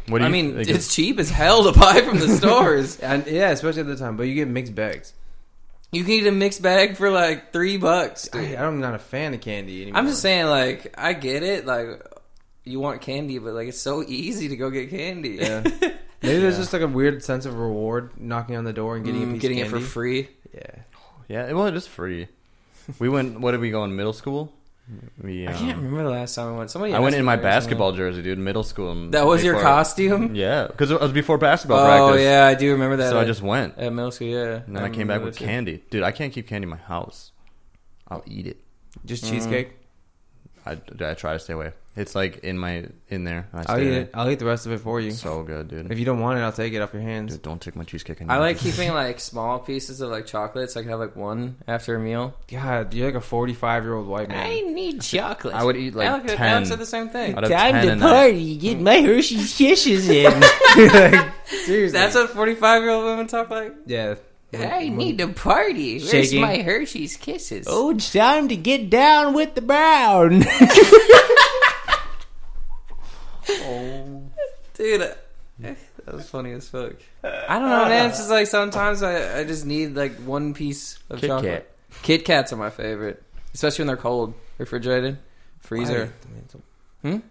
[SPEAKER 1] What do you
[SPEAKER 2] I mean,
[SPEAKER 1] think
[SPEAKER 2] it's cheap as hell to buy from the stores.
[SPEAKER 5] And yeah, especially at the time. But you get mixed bags.
[SPEAKER 2] you can get a mixed bag for like three bucks.
[SPEAKER 5] I,
[SPEAKER 2] Dude.
[SPEAKER 5] I'm not a fan of candy anymore.
[SPEAKER 2] I'm just saying, like, I get it. Like, you want candy, but like, it's so easy to go get candy.
[SPEAKER 5] Yeah. Maybe there's just like a weird sense of reward knocking on the door and getting a
[SPEAKER 2] Mm,
[SPEAKER 5] piece
[SPEAKER 2] getting
[SPEAKER 5] of
[SPEAKER 2] it for
[SPEAKER 5] candy.
[SPEAKER 2] free.
[SPEAKER 5] Yeah.
[SPEAKER 1] yeah, well, it is free. We went. What did we go in middle school? We, um,
[SPEAKER 2] I can't remember the last time I went. Somebody
[SPEAKER 1] I went
[SPEAKER 2] asked
[SPEAKER 1] in
[SPEAKER 2] me
[SPEAKER 1] my
[SPEAKER 2] the last time I
[SPEAKER 1] basketball jersey, dude. Middle school. and
[SPEAKER 2] went. That was your
[SPEAKER 1] before-
[SPEAKER 2] costume.
[SPEAKER 1] Yeah, because it was before basketball
[SPEAKER 2] Oh
[SPEAKER 1] practice.
[SPEAKER 2] yeah, I do remember that.
[SPEAKER 1] So I
[SPEAKER 2] at-
[SPEAKER 1] just went,
[SPEAKER 2] at middle school. Yeah,
[SPEAKER 1] and then I came back
[SPEAKER 2] remember
[SPEAKER 1] with
[SPEAKER 2] that too.
[SPEAKER 1] candy, dude. I can't keep candy in my house. I'll eat it.
[SPEAKER 5] Just
[SPEAKER 1] Mm.
[SPEAKER 5] cheesecake.
[SPEAKER 1] I, I try to stay away. It's like in my in there.
[SPEAKER 2] Oh,
[SPEAKER 1] I
[SPEAKER 5] I'll
[SPEAKER 1] stay
[SPEAKER 5] eat
[SPEAKER 1] there.
[SPEAKER 5] it. I'll eat the rest of it for you.
[SPEAKER 1] So good, dude.
[SPEAKER 5] If you don't want it, I'll take it off your hands.
[SPEAKER 1] Dude, don't take my cheesecake.
[SPEAKER 2] I
[SPEAKER 1] need
[SPEAKER 2] like
[SPEAKER 1] it.
[SPEAKER 2] keeping like small pieces of like chocolate, so I can have like one after a meal.
[SPEAKER 5] God, you're like a 45 year old white man.
[SPEAKER 2] need chocolate.
[SPEAKER 1] I would eat like
[SPEAKER 2] Alex,
[SPEAKER 1] ten.
[SPEAKER 2] Alex said the same thing.
[SPEAKER 1] I'd have 10 and I-
[SPEAKER 6] Get my Hershey's Kisses in.
[SPEAKER 5] Seriously.
[SPEAKER 2] That's what forty-five-year-old women talk like.
[SPEAKER 5] yeah.
[SPEAKER 2] I need to party. Where's
[SPEAKER 5] Shaking.
[SPEAKER 2] my Hershey's Kisses?
[SPEAKER 6] oh, it's time to get down with the brown.
[SPEAKER 2] dude, uh, that was funny as fuck. I don't know, man. It's just like sometimes I, I just need like one piece of
[SPEAKER 1] Kit
[SPEAKER 2] chocolate.
[SPEAKER 1] Kat.
[SPEAKER 2] Kit Kats are my favorite, especially when they're cold, refrigerated, freezer. You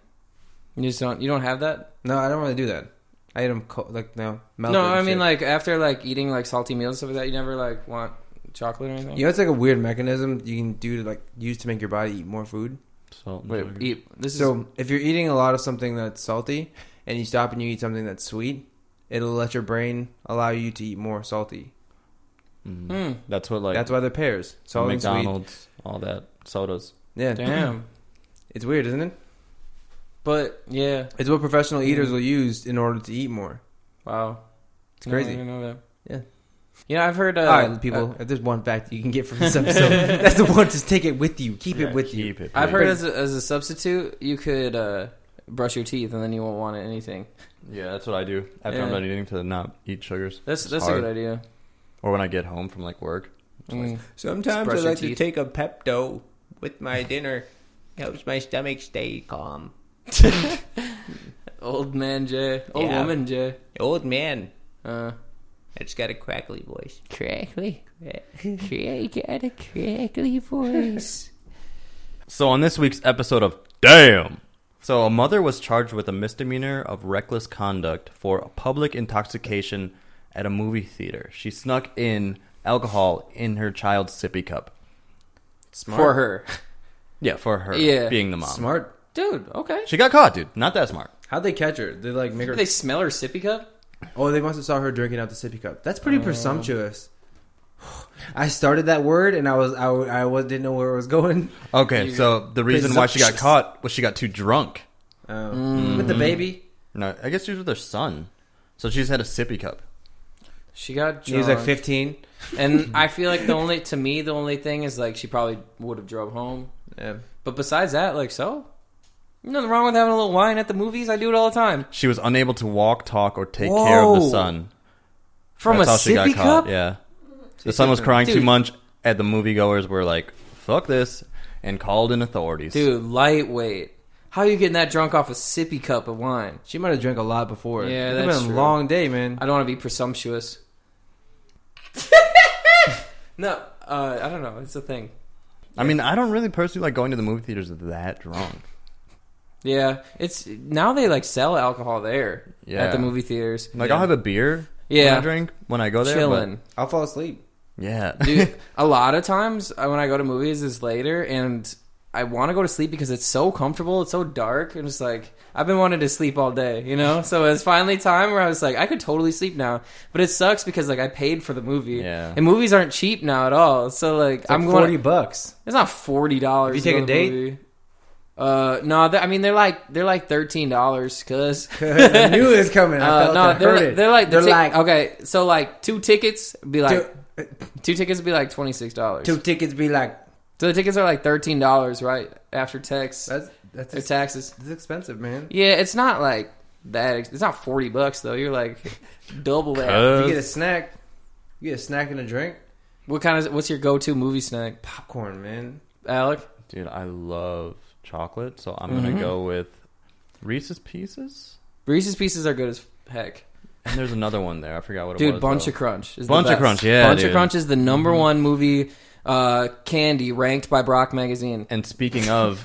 [SPEAKER 2] just don't you don't have that.
[SPEAKER 5] No, I don't really do that. I eat them cold, like no. melted
[SPEAKER 2] no, I
[SPEAKER 5] and
[SPEAKER 2] mean
[SPEAKER 5] shit.
[SPEAKER 2] like after like eating like salty meals and stuff like that, you never like want chocolate or anything.
[SPEAKER 5] you know, it's like a weird mechanism you can do to like use to make your body eat more food.
[SPEAKER 1] Salt and
[SPEAKER 2] Wait,
[SPEAKER 1] sugar.
[SPEAKER 2] eat this is
[SPEAKER 5] So if you're eating a lot of something that's salty, and you stop and you eat something that's sweet, it'll let your brain allow you to eat more salty.
[SPEAKER 2] hmm,
[SPEAKER 1] Mm. That's what like
[SPEAKER 5] that's why they're pairs, salt and
[SPEAKER 1] McDonald's, all that sodas.
[SPEAKER 5] sweet. Yeah,
[SPEAKER 2] damn.
[SPEAKER 5] it's weird, isn't it?
[SPEAKER 2] But yeah,
[SPEAKER 5] It's what professional eaters will use in order to eat more.
[SPEAKER 2] wow,
[SPEAKER 5] It's
[SPEAKER 2] No, I
[SPEAKER 5] crazy.
[SPEAKER 2] didn't know that.
[SPEAKER 5] Yeah.
[SPEAKER 2] you know I've heard. Uh,
[SPEAKER 5] All right, people. if there's one fact you can get from this episode, that's the one. Just take it with you. Keep
[SPEAKER 1] Yeah,
[SPEAKER 5] it with you.
[SPEAKER 1] keep it,
[SPEAKER 2] I've
[SPEAKER 1] please.
[SPEAKER 2] heard as a, as a substitute, you could uh, brush your teeth and then you won't want anything.
[SPEAKER 1] Yeah, that's what I do. After I'm
[SPEAKER 2] Yeah.
[SPEAKER 1] done eating, to not eat sugars,
[SPEAKER 2] That's that's
[SPEAKER 1] hard.
[SPEAKER 2] a good idea.
[SPEAKER 1] or when I get home from like work.
[SPEAKER 2] Mm.
[SPEAKER 6] Sometimes
[SPEAKER 2] I Brush your like to teeth.
[SPEAKER 6] take a Pepto with my dinner. Helps my stomach stay calm.
[SPEAKER 2] Old man Jay, old
[SPEAKER 6] Yeah.
[SPEAKER 2] woman Jay.
[SPEAKER 6] Old man,
[SPEAKER 2] Uh,
[SPEAKER 6] I just got a crackly voice.
[SPEAKER 2] crackly, crackly, got a crackly voice.
[SPEAKER 1] So on this week's episode of Damn. So a mother was charged with a misdemeanor of reckless conduct for public intoxication at a movie theater. She snuck in alcohol in her child's sippy cup.
[SPEAKER 5] Smart.
[SPEAKER 2] For her,
[SPEAKER 1] Yeah, for her
[SPEAKER 2] Yeah.
[SPEAKER 1] being the mom.
[SPEAKER 5] Smart.
[SPEAKER 2] dude. Okay.
[SPEAKER 1] She got caught, dude. Not that smart.
[SPEAKER 5] How'd they catch her? They like make her.
[SPEAKER 2] They smell her sippy cup.
[SPEAKER 5] Oh, they must have saw her drinking out the sippy cup. That's
[SPEAKER 2] Oh.
[SPEAKER 5] pretty presumptuous. I started that word and I was I, w- I was didn't know where it was going.
[SPEAKER 1] Okay, so the reason why she got
[SPEAKER 5] Presumptuous.
[SPEAKER 1] caught was she got too drunk.
[SPEAKER 5] Oh.
[SPEAKER 2] Mm-hmm.
[SPEAKER 5] With the baby,
[SPEAKER 1] No, I guess she was with her son, so she just had a sippy cup.
[SPEAKER 2] She got drunk.
[SPEAKER 5] he was like 15.
[SPEAKER 2] and I feel like the only to me the only thing is like she probably would have drove home.
[SPEAKER 5] Yeah.
[SPEAKER 2] But besides that, like so, nothing wrong with having a little wine at the movies. I do it all the time.
[SPEAKER 1] She was unable to walk, talk, or take care of the
[SPEAKER 2] Whoa.
[SPEAKER 1] son.
[SPEAKER 2] From
[SPEAKER 1] That's
[SPEAKER 2] a
[SPEAKER 1] how she
[SPEAKER 2] sippy
[SPEAKER 1] got
[SPEAKER 2] cup.
[SPEAKER 1] caught. Yeah, the son was crying too
[SPEAKER 2] Dude.
[SPEAKER 1] much, and the moviegoers were like, "Fuck this," and called in authorities.
[SPEAKER 2] Dude, lightweight. How you getting that drunk off a sippy cup of wine?
[SPEAKER 5] She might have drank a lot before.
[SPEAKER 2] Yeah,
[SPEAKER 5] It's
[SPEAKER 2] that's
[SPEAKER 5] been a
[SPEAKER 2] true.
[SPEAKER 5] long day, man.
[SPEAKER 2] I don't want to be presumptuous. no, uh, I don't know. It's a thing.
[SPEAKER 1] I mean, I don't really personally like going to the movie theaters that drunk.
[SPEAKER 2] Yeah, it's now they like sell alcohol there
[SPEAKER 1] Yeah.
[SPEAKER 2] at the movie theaters.
[SPEAKER 1] Like, I'll have a beer. when
[SPEAKER 2] Yeah.
[SPEAKER 1] I drink when I go there. but-
[SPEAKER 2] Chilling,
[SPEAKER 5] I'll fall asleep.
[SPEAKER 1] yeah,
[SPEAKER 2] dude. a lot of times uh, when I go to movies is later, and I want to go to sleep because it's so comfortable. It's so dark, and just like I've been wanting to sleep all day, you know. so it's finally time where I was like, I could totally sleep now, but it sucks because like I paid for the movie,
[SPEAKER 1] Yeah.
[SPEAKER 2] and movies aren't cheap now at all. So like
[SPEAKER 5] I'm
[SPEAKER 2] I'm
[SPEAKER 5] like
[SPEAKER 2] going.
[SPEAKER 5] 40 bucks.
[SPEAKER 2] It's not forty dollars.
[SPEAKER 5] If you take a date?
[SPEAKER 2] Uh no, they- I mean they're like they're like thirteen dollars because
[SPEAKER 5] I knew it was coming. I
[SPEAKER 2] uh,
[SPEAKER 5] felt
[SPEAKER 2] no
[SPEAKER 5] it.
[SPEAKER 2] they're
[SPEAKER 5] Heard
[SPEAKER 2] like,
[SPEAKER 5] it.
[SPEAKER 2] they're like the
[SPEAKER 5] they're
[SPEAKER 2] tic-
[SPEAKER 5] like
[SPEAKER 2] okay so like two tickets would be like
[SPEAKER 5] two,
[SPEAKER 2] two tickets would be like twenty six dollars
[SPEAKER 5] two tickets be like
[SPEAKER 2] so the tickets are like thirteen dollars right after tax
[SPEAKER 5] that's that's
[SPEAKER 2] or taxes
[SPEAKER 5] that's expensive, man.
[SPEAKER 2] yeah it's not like that ex- it's not forty bucks though you're like double that
[SPEAKER 5] You
[SPEAKER 1] Uh,
[SPEAKER 5] get a snack. You get a snack and a drink.
[SPEAKER 2] what kind of what's your go to movie snack
[SPEAKER 5] Popcorn, man.
[SPEAKER 2] Alec Mm-hmm.
[SPEAKER 1] dude, I love chocolate, so I'm gonna go with Reese's Pieces.
[SPEAKER 2] Reese's Pieces are good as heck.
[SPEAKER 1] And there's another one there. I forgot what it
[SPEAKER 2] Dude,
[SPEAKER 1] was.
[SPEAKER 2] Bunch
[SPEAKER 1] though.
[SPEAKER 2] of Crunch. Is
[SPEAKER 1] Bunch of
[SPEAKER 2] the best.
[SPEAKER 1] Crunch, yeah,
[SPEAKER 2] Bunch
[SPEAKER 1] dude. Mm-hmm.
[SPEAKER 2] of Crunch is the number one movie uh, candy ranked by Brock Magazine.
[SPEAKER 1] And speaking of,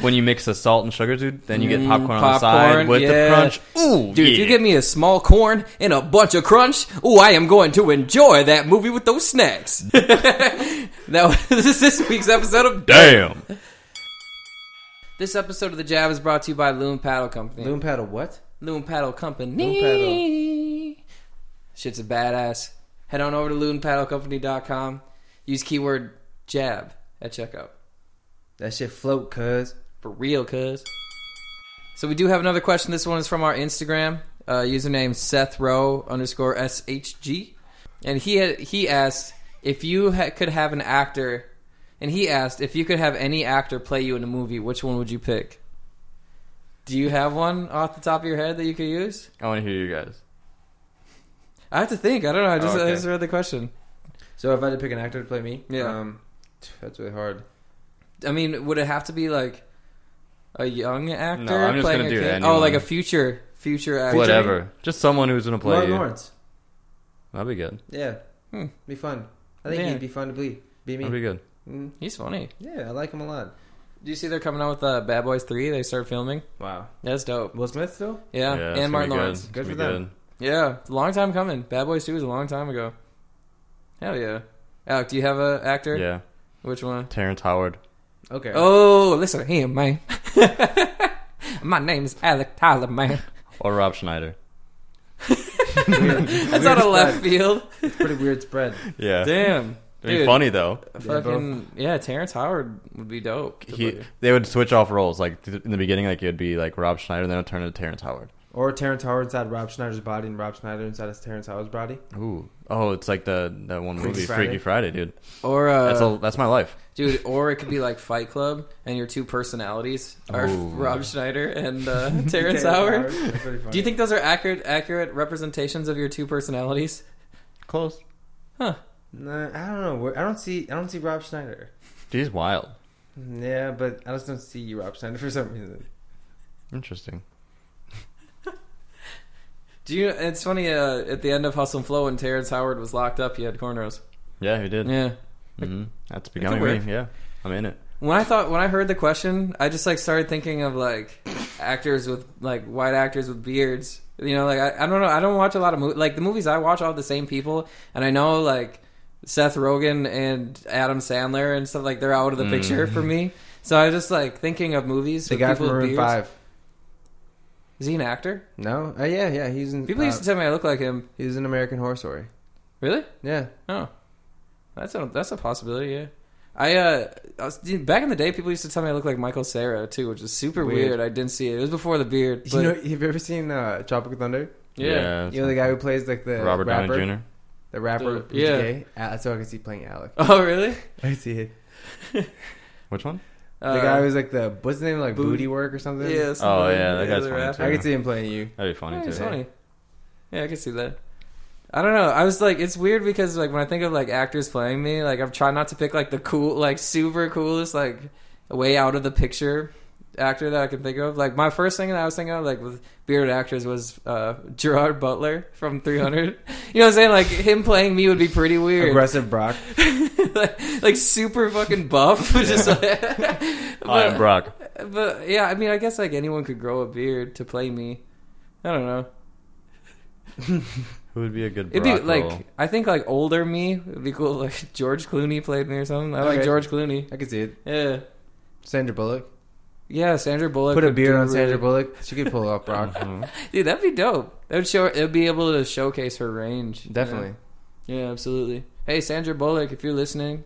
[SPEAKER 1] when you mix the salt and sugar, dude, then you get
[SPEAKER 2] Mm,
[SPEAKER 1] popcorn, on the
[SPEAKER 2] popcorn,
[SPEAKER 1] side with
[SPEAKER 2] yeah.
[SPEAKER 1] the crunch. Ooh,
[SPEAKER 2] Dude, if you give me a small corn and a bunch of crunch, ooh, I am going to enjoy that movie with those snacks. that was this is this week's episode of
[SPEAKER 1] damn.
[SPEAKER 2] This episode of the Jab is brought to you by Loom Paddle Company.
[SPEAKER 5] Loom paddle what?
[SPEAKER 2] Loon Paddle Company.
[SPEAKER 5] Loon
[SPEAKER 2] Shit's a badass. Head on over to loonpaddlecompany.com. Use keyword jab at checkout.
[SPEAKER 5] That shit float, cuz.
[SPEAKER 2] For real, cuz. So we do have another question. This one is from our Instagram. Uh, username Seth Rowe underscore SHG. And he had, he asked if you ha- could have an actor, and he asked if you could have any actor play you in a movie, which one would you pick? Do you have one off the top of your head that you could use?
[SPEAKER 1] I want to hear you guys.
[SPEAKER 2] I have to think. I don't know. I just,
[SPEAKER 1] Oh, okay.
[SPEAKER 2] I just read the question.
[SPEAKER 5] So if I had to pick an actor to play me,
[SPEAKER 2] Yeah.
[SPEAKER 5] um, that's really hard.
[SPEAKER 2] I mean, would it have to be like a young actor?
[SPEAKER 1] No, I'm just
[SPEAKER 2] playing
[SPEAKER 1] gonna
[SPEAKER 2] a
[SPEAKER 1] do
[SPEAKER 2] kid?
[SPEAKER 1] anyone.
[SPEAKER 2] Oh, like a future future actor.
[SPEAKER 1] Whatever. Just someone who's gonna play
[SPEAKER 5] Martin
[SPEAKER 1] you.
[SPEAKER 5] Lawrence.
[SPEAKER 1] That'd be good.
[SPEAKER 5] Yeah.
[SPEAKER 2] Hmm.
[SPEAKER 5] Be fun. I think
[SPEAKER 2] Yeah.
[SPEAKER 5] he'd be fun to be. Be me.
[SPEAKER 1] That'd be good.
[SPEAKER 5] Mm,
[SPEAKER 2] He's funny.
[SPEAKER 5] yeah, I like him a lot.
[SPEAKER 2] Do you see they're coming out with uh, Bad Boys Three? They start filming.
[SPEAKER 5] Wow.
[SPEAKER 2] That's dope.
[SPEAKER 5] Will Smith though?
[SPEAKER 2] Yeah,
[SPEAKER 1] it's gonna
[SPEAKER 2] and Martin
[SPEAKER 1] be
[SPEAKER 2] Lawrence.
[SPEAKER 1] Good,
[SPEAKER 5] Good
[SPEAKER 1] It's
[SPEAKER 5] for
[SPEAKER 1] gonna be
[SPEAKER 5] them.
[SPEAKER 2] Yeah, it's a long time coming. Bad Boys Two was a long time ago. Hell yeah. Alec, do you have a actor?
[SPEAKER 1] Good. Yeah,
[SPEAKER 2] Which one?
[SPEAKER 1] Terrence Howard.
[SPEAKER 5] Okay.
[SPEAKER 2] Oh, listen to him, man. My name is Alec Tyler, man.
[SPEAKER 1] Or Rob Schneider.
[SPEAKER 2] That's out of left field.
[SPEAKER 5] Pretty weird spread.
[SPEAKER 1] Yeah.
[SPEAKER 2] Damn.
[SPEAKER 1] It'd be
[SPEAKER 2] Dude.
[SPEAKER 1] funny though.
[SPEAKER 2] Fucking yeah, Terrence Howard would be dope. to
[SPEAKER 1] He,
[SPEAKER 2] play.
[SPEAKER 1] they would switch off roles. Like th- in the beginning, like it'd be like Rob Schneider, then it'd turn into Terrence Howard.
[SPEAKER 5] Or Terrence Howard inside Rob Schneider's body and Rob Schneider inside his Terrence Howard's body.
[SPEAKER 1] Ooh. Oh, it's like the that one movie,
[SPEAKER 5] Friday.
[SPEAKER 1] Freaky Friday, dude.
[SPEAKER 2] or uh,
[SPEAKER 1] That's a, that's my life.
[SPEAKER 2] dude, or it could be like Fight Club, and your two personalities are
[SPEAKER 1] Ooh.
[SPEAKER 2] Rob Schneider and uh, Terrence Howard.
[SPEAKER 5] That's pretty funny.
[SPEAKER 2] Do you think those are accurate accurate representations of your two personalities?
[SPEAKER 1] Close.
[SPEAKER 5] Nah, I don't know. Where- I don't see. I don't see Rob Schneider. Hmm,
[SPEAKER 1] He's wild.
[SPEAKER 5] Yeah, but I just don't see you, Rob Schneider, for some reason.
[SPEAKER 1] Interesting.
[SPEAKER 2] Do you? It's funny. Uh, at the end of Hustle and Flow, when Terrence Howard was locked up, he had cornrows.
[SPEAKER 1] Yeah, he did.
[SPEAKER 2] Yeah.
[SPEAKER 1] hmm That's becoming me.
[SPEAKER 2] work.
[SPEAKER 1] Yeah, I'm in it.
[SPEAKER 2] When I thought when I heard the question, I just like started thinking of like actors with like white actors with beards. You know, like I, I don't know, I don't watch a lot of movies. Like the movies I watch are all the same people, and I know like Seth Rogen and Adam Sandler and stuff like they're out of the picture for me. So I was just like thinking of movies.
[SPEAKER 5] Mm. The
[SPEAKER 2] with
[SPEAKER 5] guy
[SPEAKER 2] people with
[SPEAKER 5] from
[SPEAKER 2] beards.
[SPEAKER 5] Maroon Five.
[SPEAKER 2] is he an actor?
[SPEAKER 5] No. Uh, yeah, yeah. He's in.
[SPEAKER 2] People
[SPEAKER 5] uh,
[SPEAKER 2] used to tell me I look like him.
[SPEAKER 5] he was in American Horror Story.
[SPEAKER 2] Really?
[SPEAKER 5] Yeah.
[SPEAKER 2] Oh, that's a that's a possibility. Yeah, I uh, I was, dude, back in the day, people used to tell me I looked like Michael Sarah too, which is super weird.
[SPEAKER 5] Weird.
[SPEAKER 2] I didn't see it. It was before the beard. But,
[SPEAKER 5] you know, have you ever seen uh, Tropic Thunder?
[SPEAKER 2] yeah,
[SPEAKER 5] You know the guy who plays like the
[SPEAKER 1] Robert
[SPEAKER 5] rapper,
[SPEAKER 1] Downey Jr.
[SPEAKER 5] the rapper.
[SPEAKER 2] The-
[SPEAKER 5] who's
[SPEAKER 2] yeah.
[SPEAKER 5] gay? Al- That's who I can see playing Alec.
[SPEAKER 2] Oh really?
[SPEAKER 5] I see it.
[SPEAKER 1] Which one?
[SPEAKER 5] The guy who's like the what's his name like booty work or something.
[SPEAKER 2] Uh, Yeah. some
[SPEAKER 1] Oh,
[SPEAKER 2] of the-
[SPEAKER 1] yeah, that guy's
[SPEAKER 2] the
[SPEAKER 1] funny,
[SPEAKER 2] rapper.
[SPEAKER 1] too.
[SPEAKER 5] I could see him playing you.
[SPEAKER 1] That'd be funny
[SPEAKER 2] Yeah,
[SPEAKER 1] too.
[SPEAKER 2] it's funny. Yeah, I can see that. I don't know. I was like, it's weird because like when I think of like actors playing me, like I've tried not to pick like the cool, like super coolest, like way out of the picture actor that I can think of. Like my first thing that I was thinking of, like with bearded actors, was uh, Gerard Butler from 300. you know what I'm saying? Like him playing me would be pretty weird.
[SPEAKER 5] Aggressive Brock.
[SPEAKER 2] like, like super fucking buff. Just like,
[SPEAKER 1] Hi, I'm Brock.
[SPEAKER 2] but yeah, I mean, I guess like anyone could grow a beard to play me. I don't know.
[SPEAKER 1] Who would be a good?
[SPEAKER 2] It'd
[SPEAKER 1] Brock
[SPEAKER 2] be like
[SPEAKER 1] role?
[SPEAKER 2] I think like older me would be cool. Like George Clooney played me or something. I like
[SPEAKER 5] Okay.
[SPEAKER 2] George Clooney.
[SPEAKER 5] I could see it.
[SPEAKER 2] Yeah,
[SPEAKER 5] Sandra Bullock.
[SPEAKER 2] yeah. Sandra Bullock
[SPEAKER 5] Put a
[SPEAKER 2] could
[SPEAKER 5] beard
[SPEAKER 2] do
[SPEAKER 5] on Sandra
[SPEAKER 2] really-
[SPEAKER 5] Bullock. She could pull off Brock.
[SPEAKER 2] Dude, that'd be dope. That would show. It'd be able to showcase her range. you
[SPEAKER 5] Definitely.
[SPEAKER 2] know? Yeah, absolutely. Hey, Sandra Bullock, if you're listening,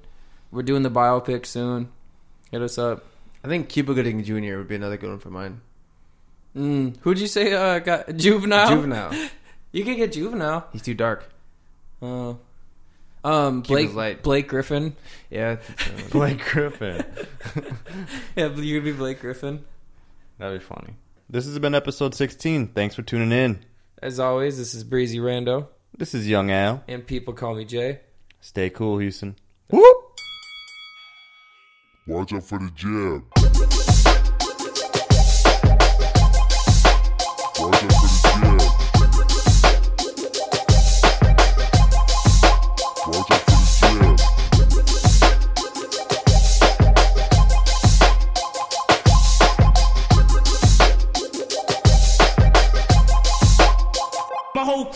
[SPEAKER 2] we're doing the biopic soon. Hit us up.
[SPEAKER 5] I think Cuba Gooding Jr. would be another good one for mine.
[SPEAKER 2] Mm, who'd you say uh, got juvenile?
[SPEAKER 5] Juvenile.
[SPEAKER 2] You could get juvenile.
[SPEAKER 5] He's too dark.
[SPEAKER 2] Oh. Um,
[SPEAKER 5] Keep it
[SPEAKER 2] Blake
[SPEAKER 5] light.
[SPEAKER 2] Blake Griffin.
[SPEAKER 5] Yeah. I think so.
[SPEAKER 1] Blake Griffin.
[SPEAKER 2] Yeah, you'd be Blake Griffin.
[SPEAKER 1] That'd be funny. This has been episode 16. Thanks for tuning in.
[SPEAKER 2] As always, this is Breezy Rando,
[SPEAKER 1] This is Young Al.
[SPEAKER 2] and people call me Jay.
[SPEAKER 1] Stay cool, Houston.
[SPEAKER 4] Watch out for the jab.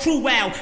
[SPEAKER 8] cruel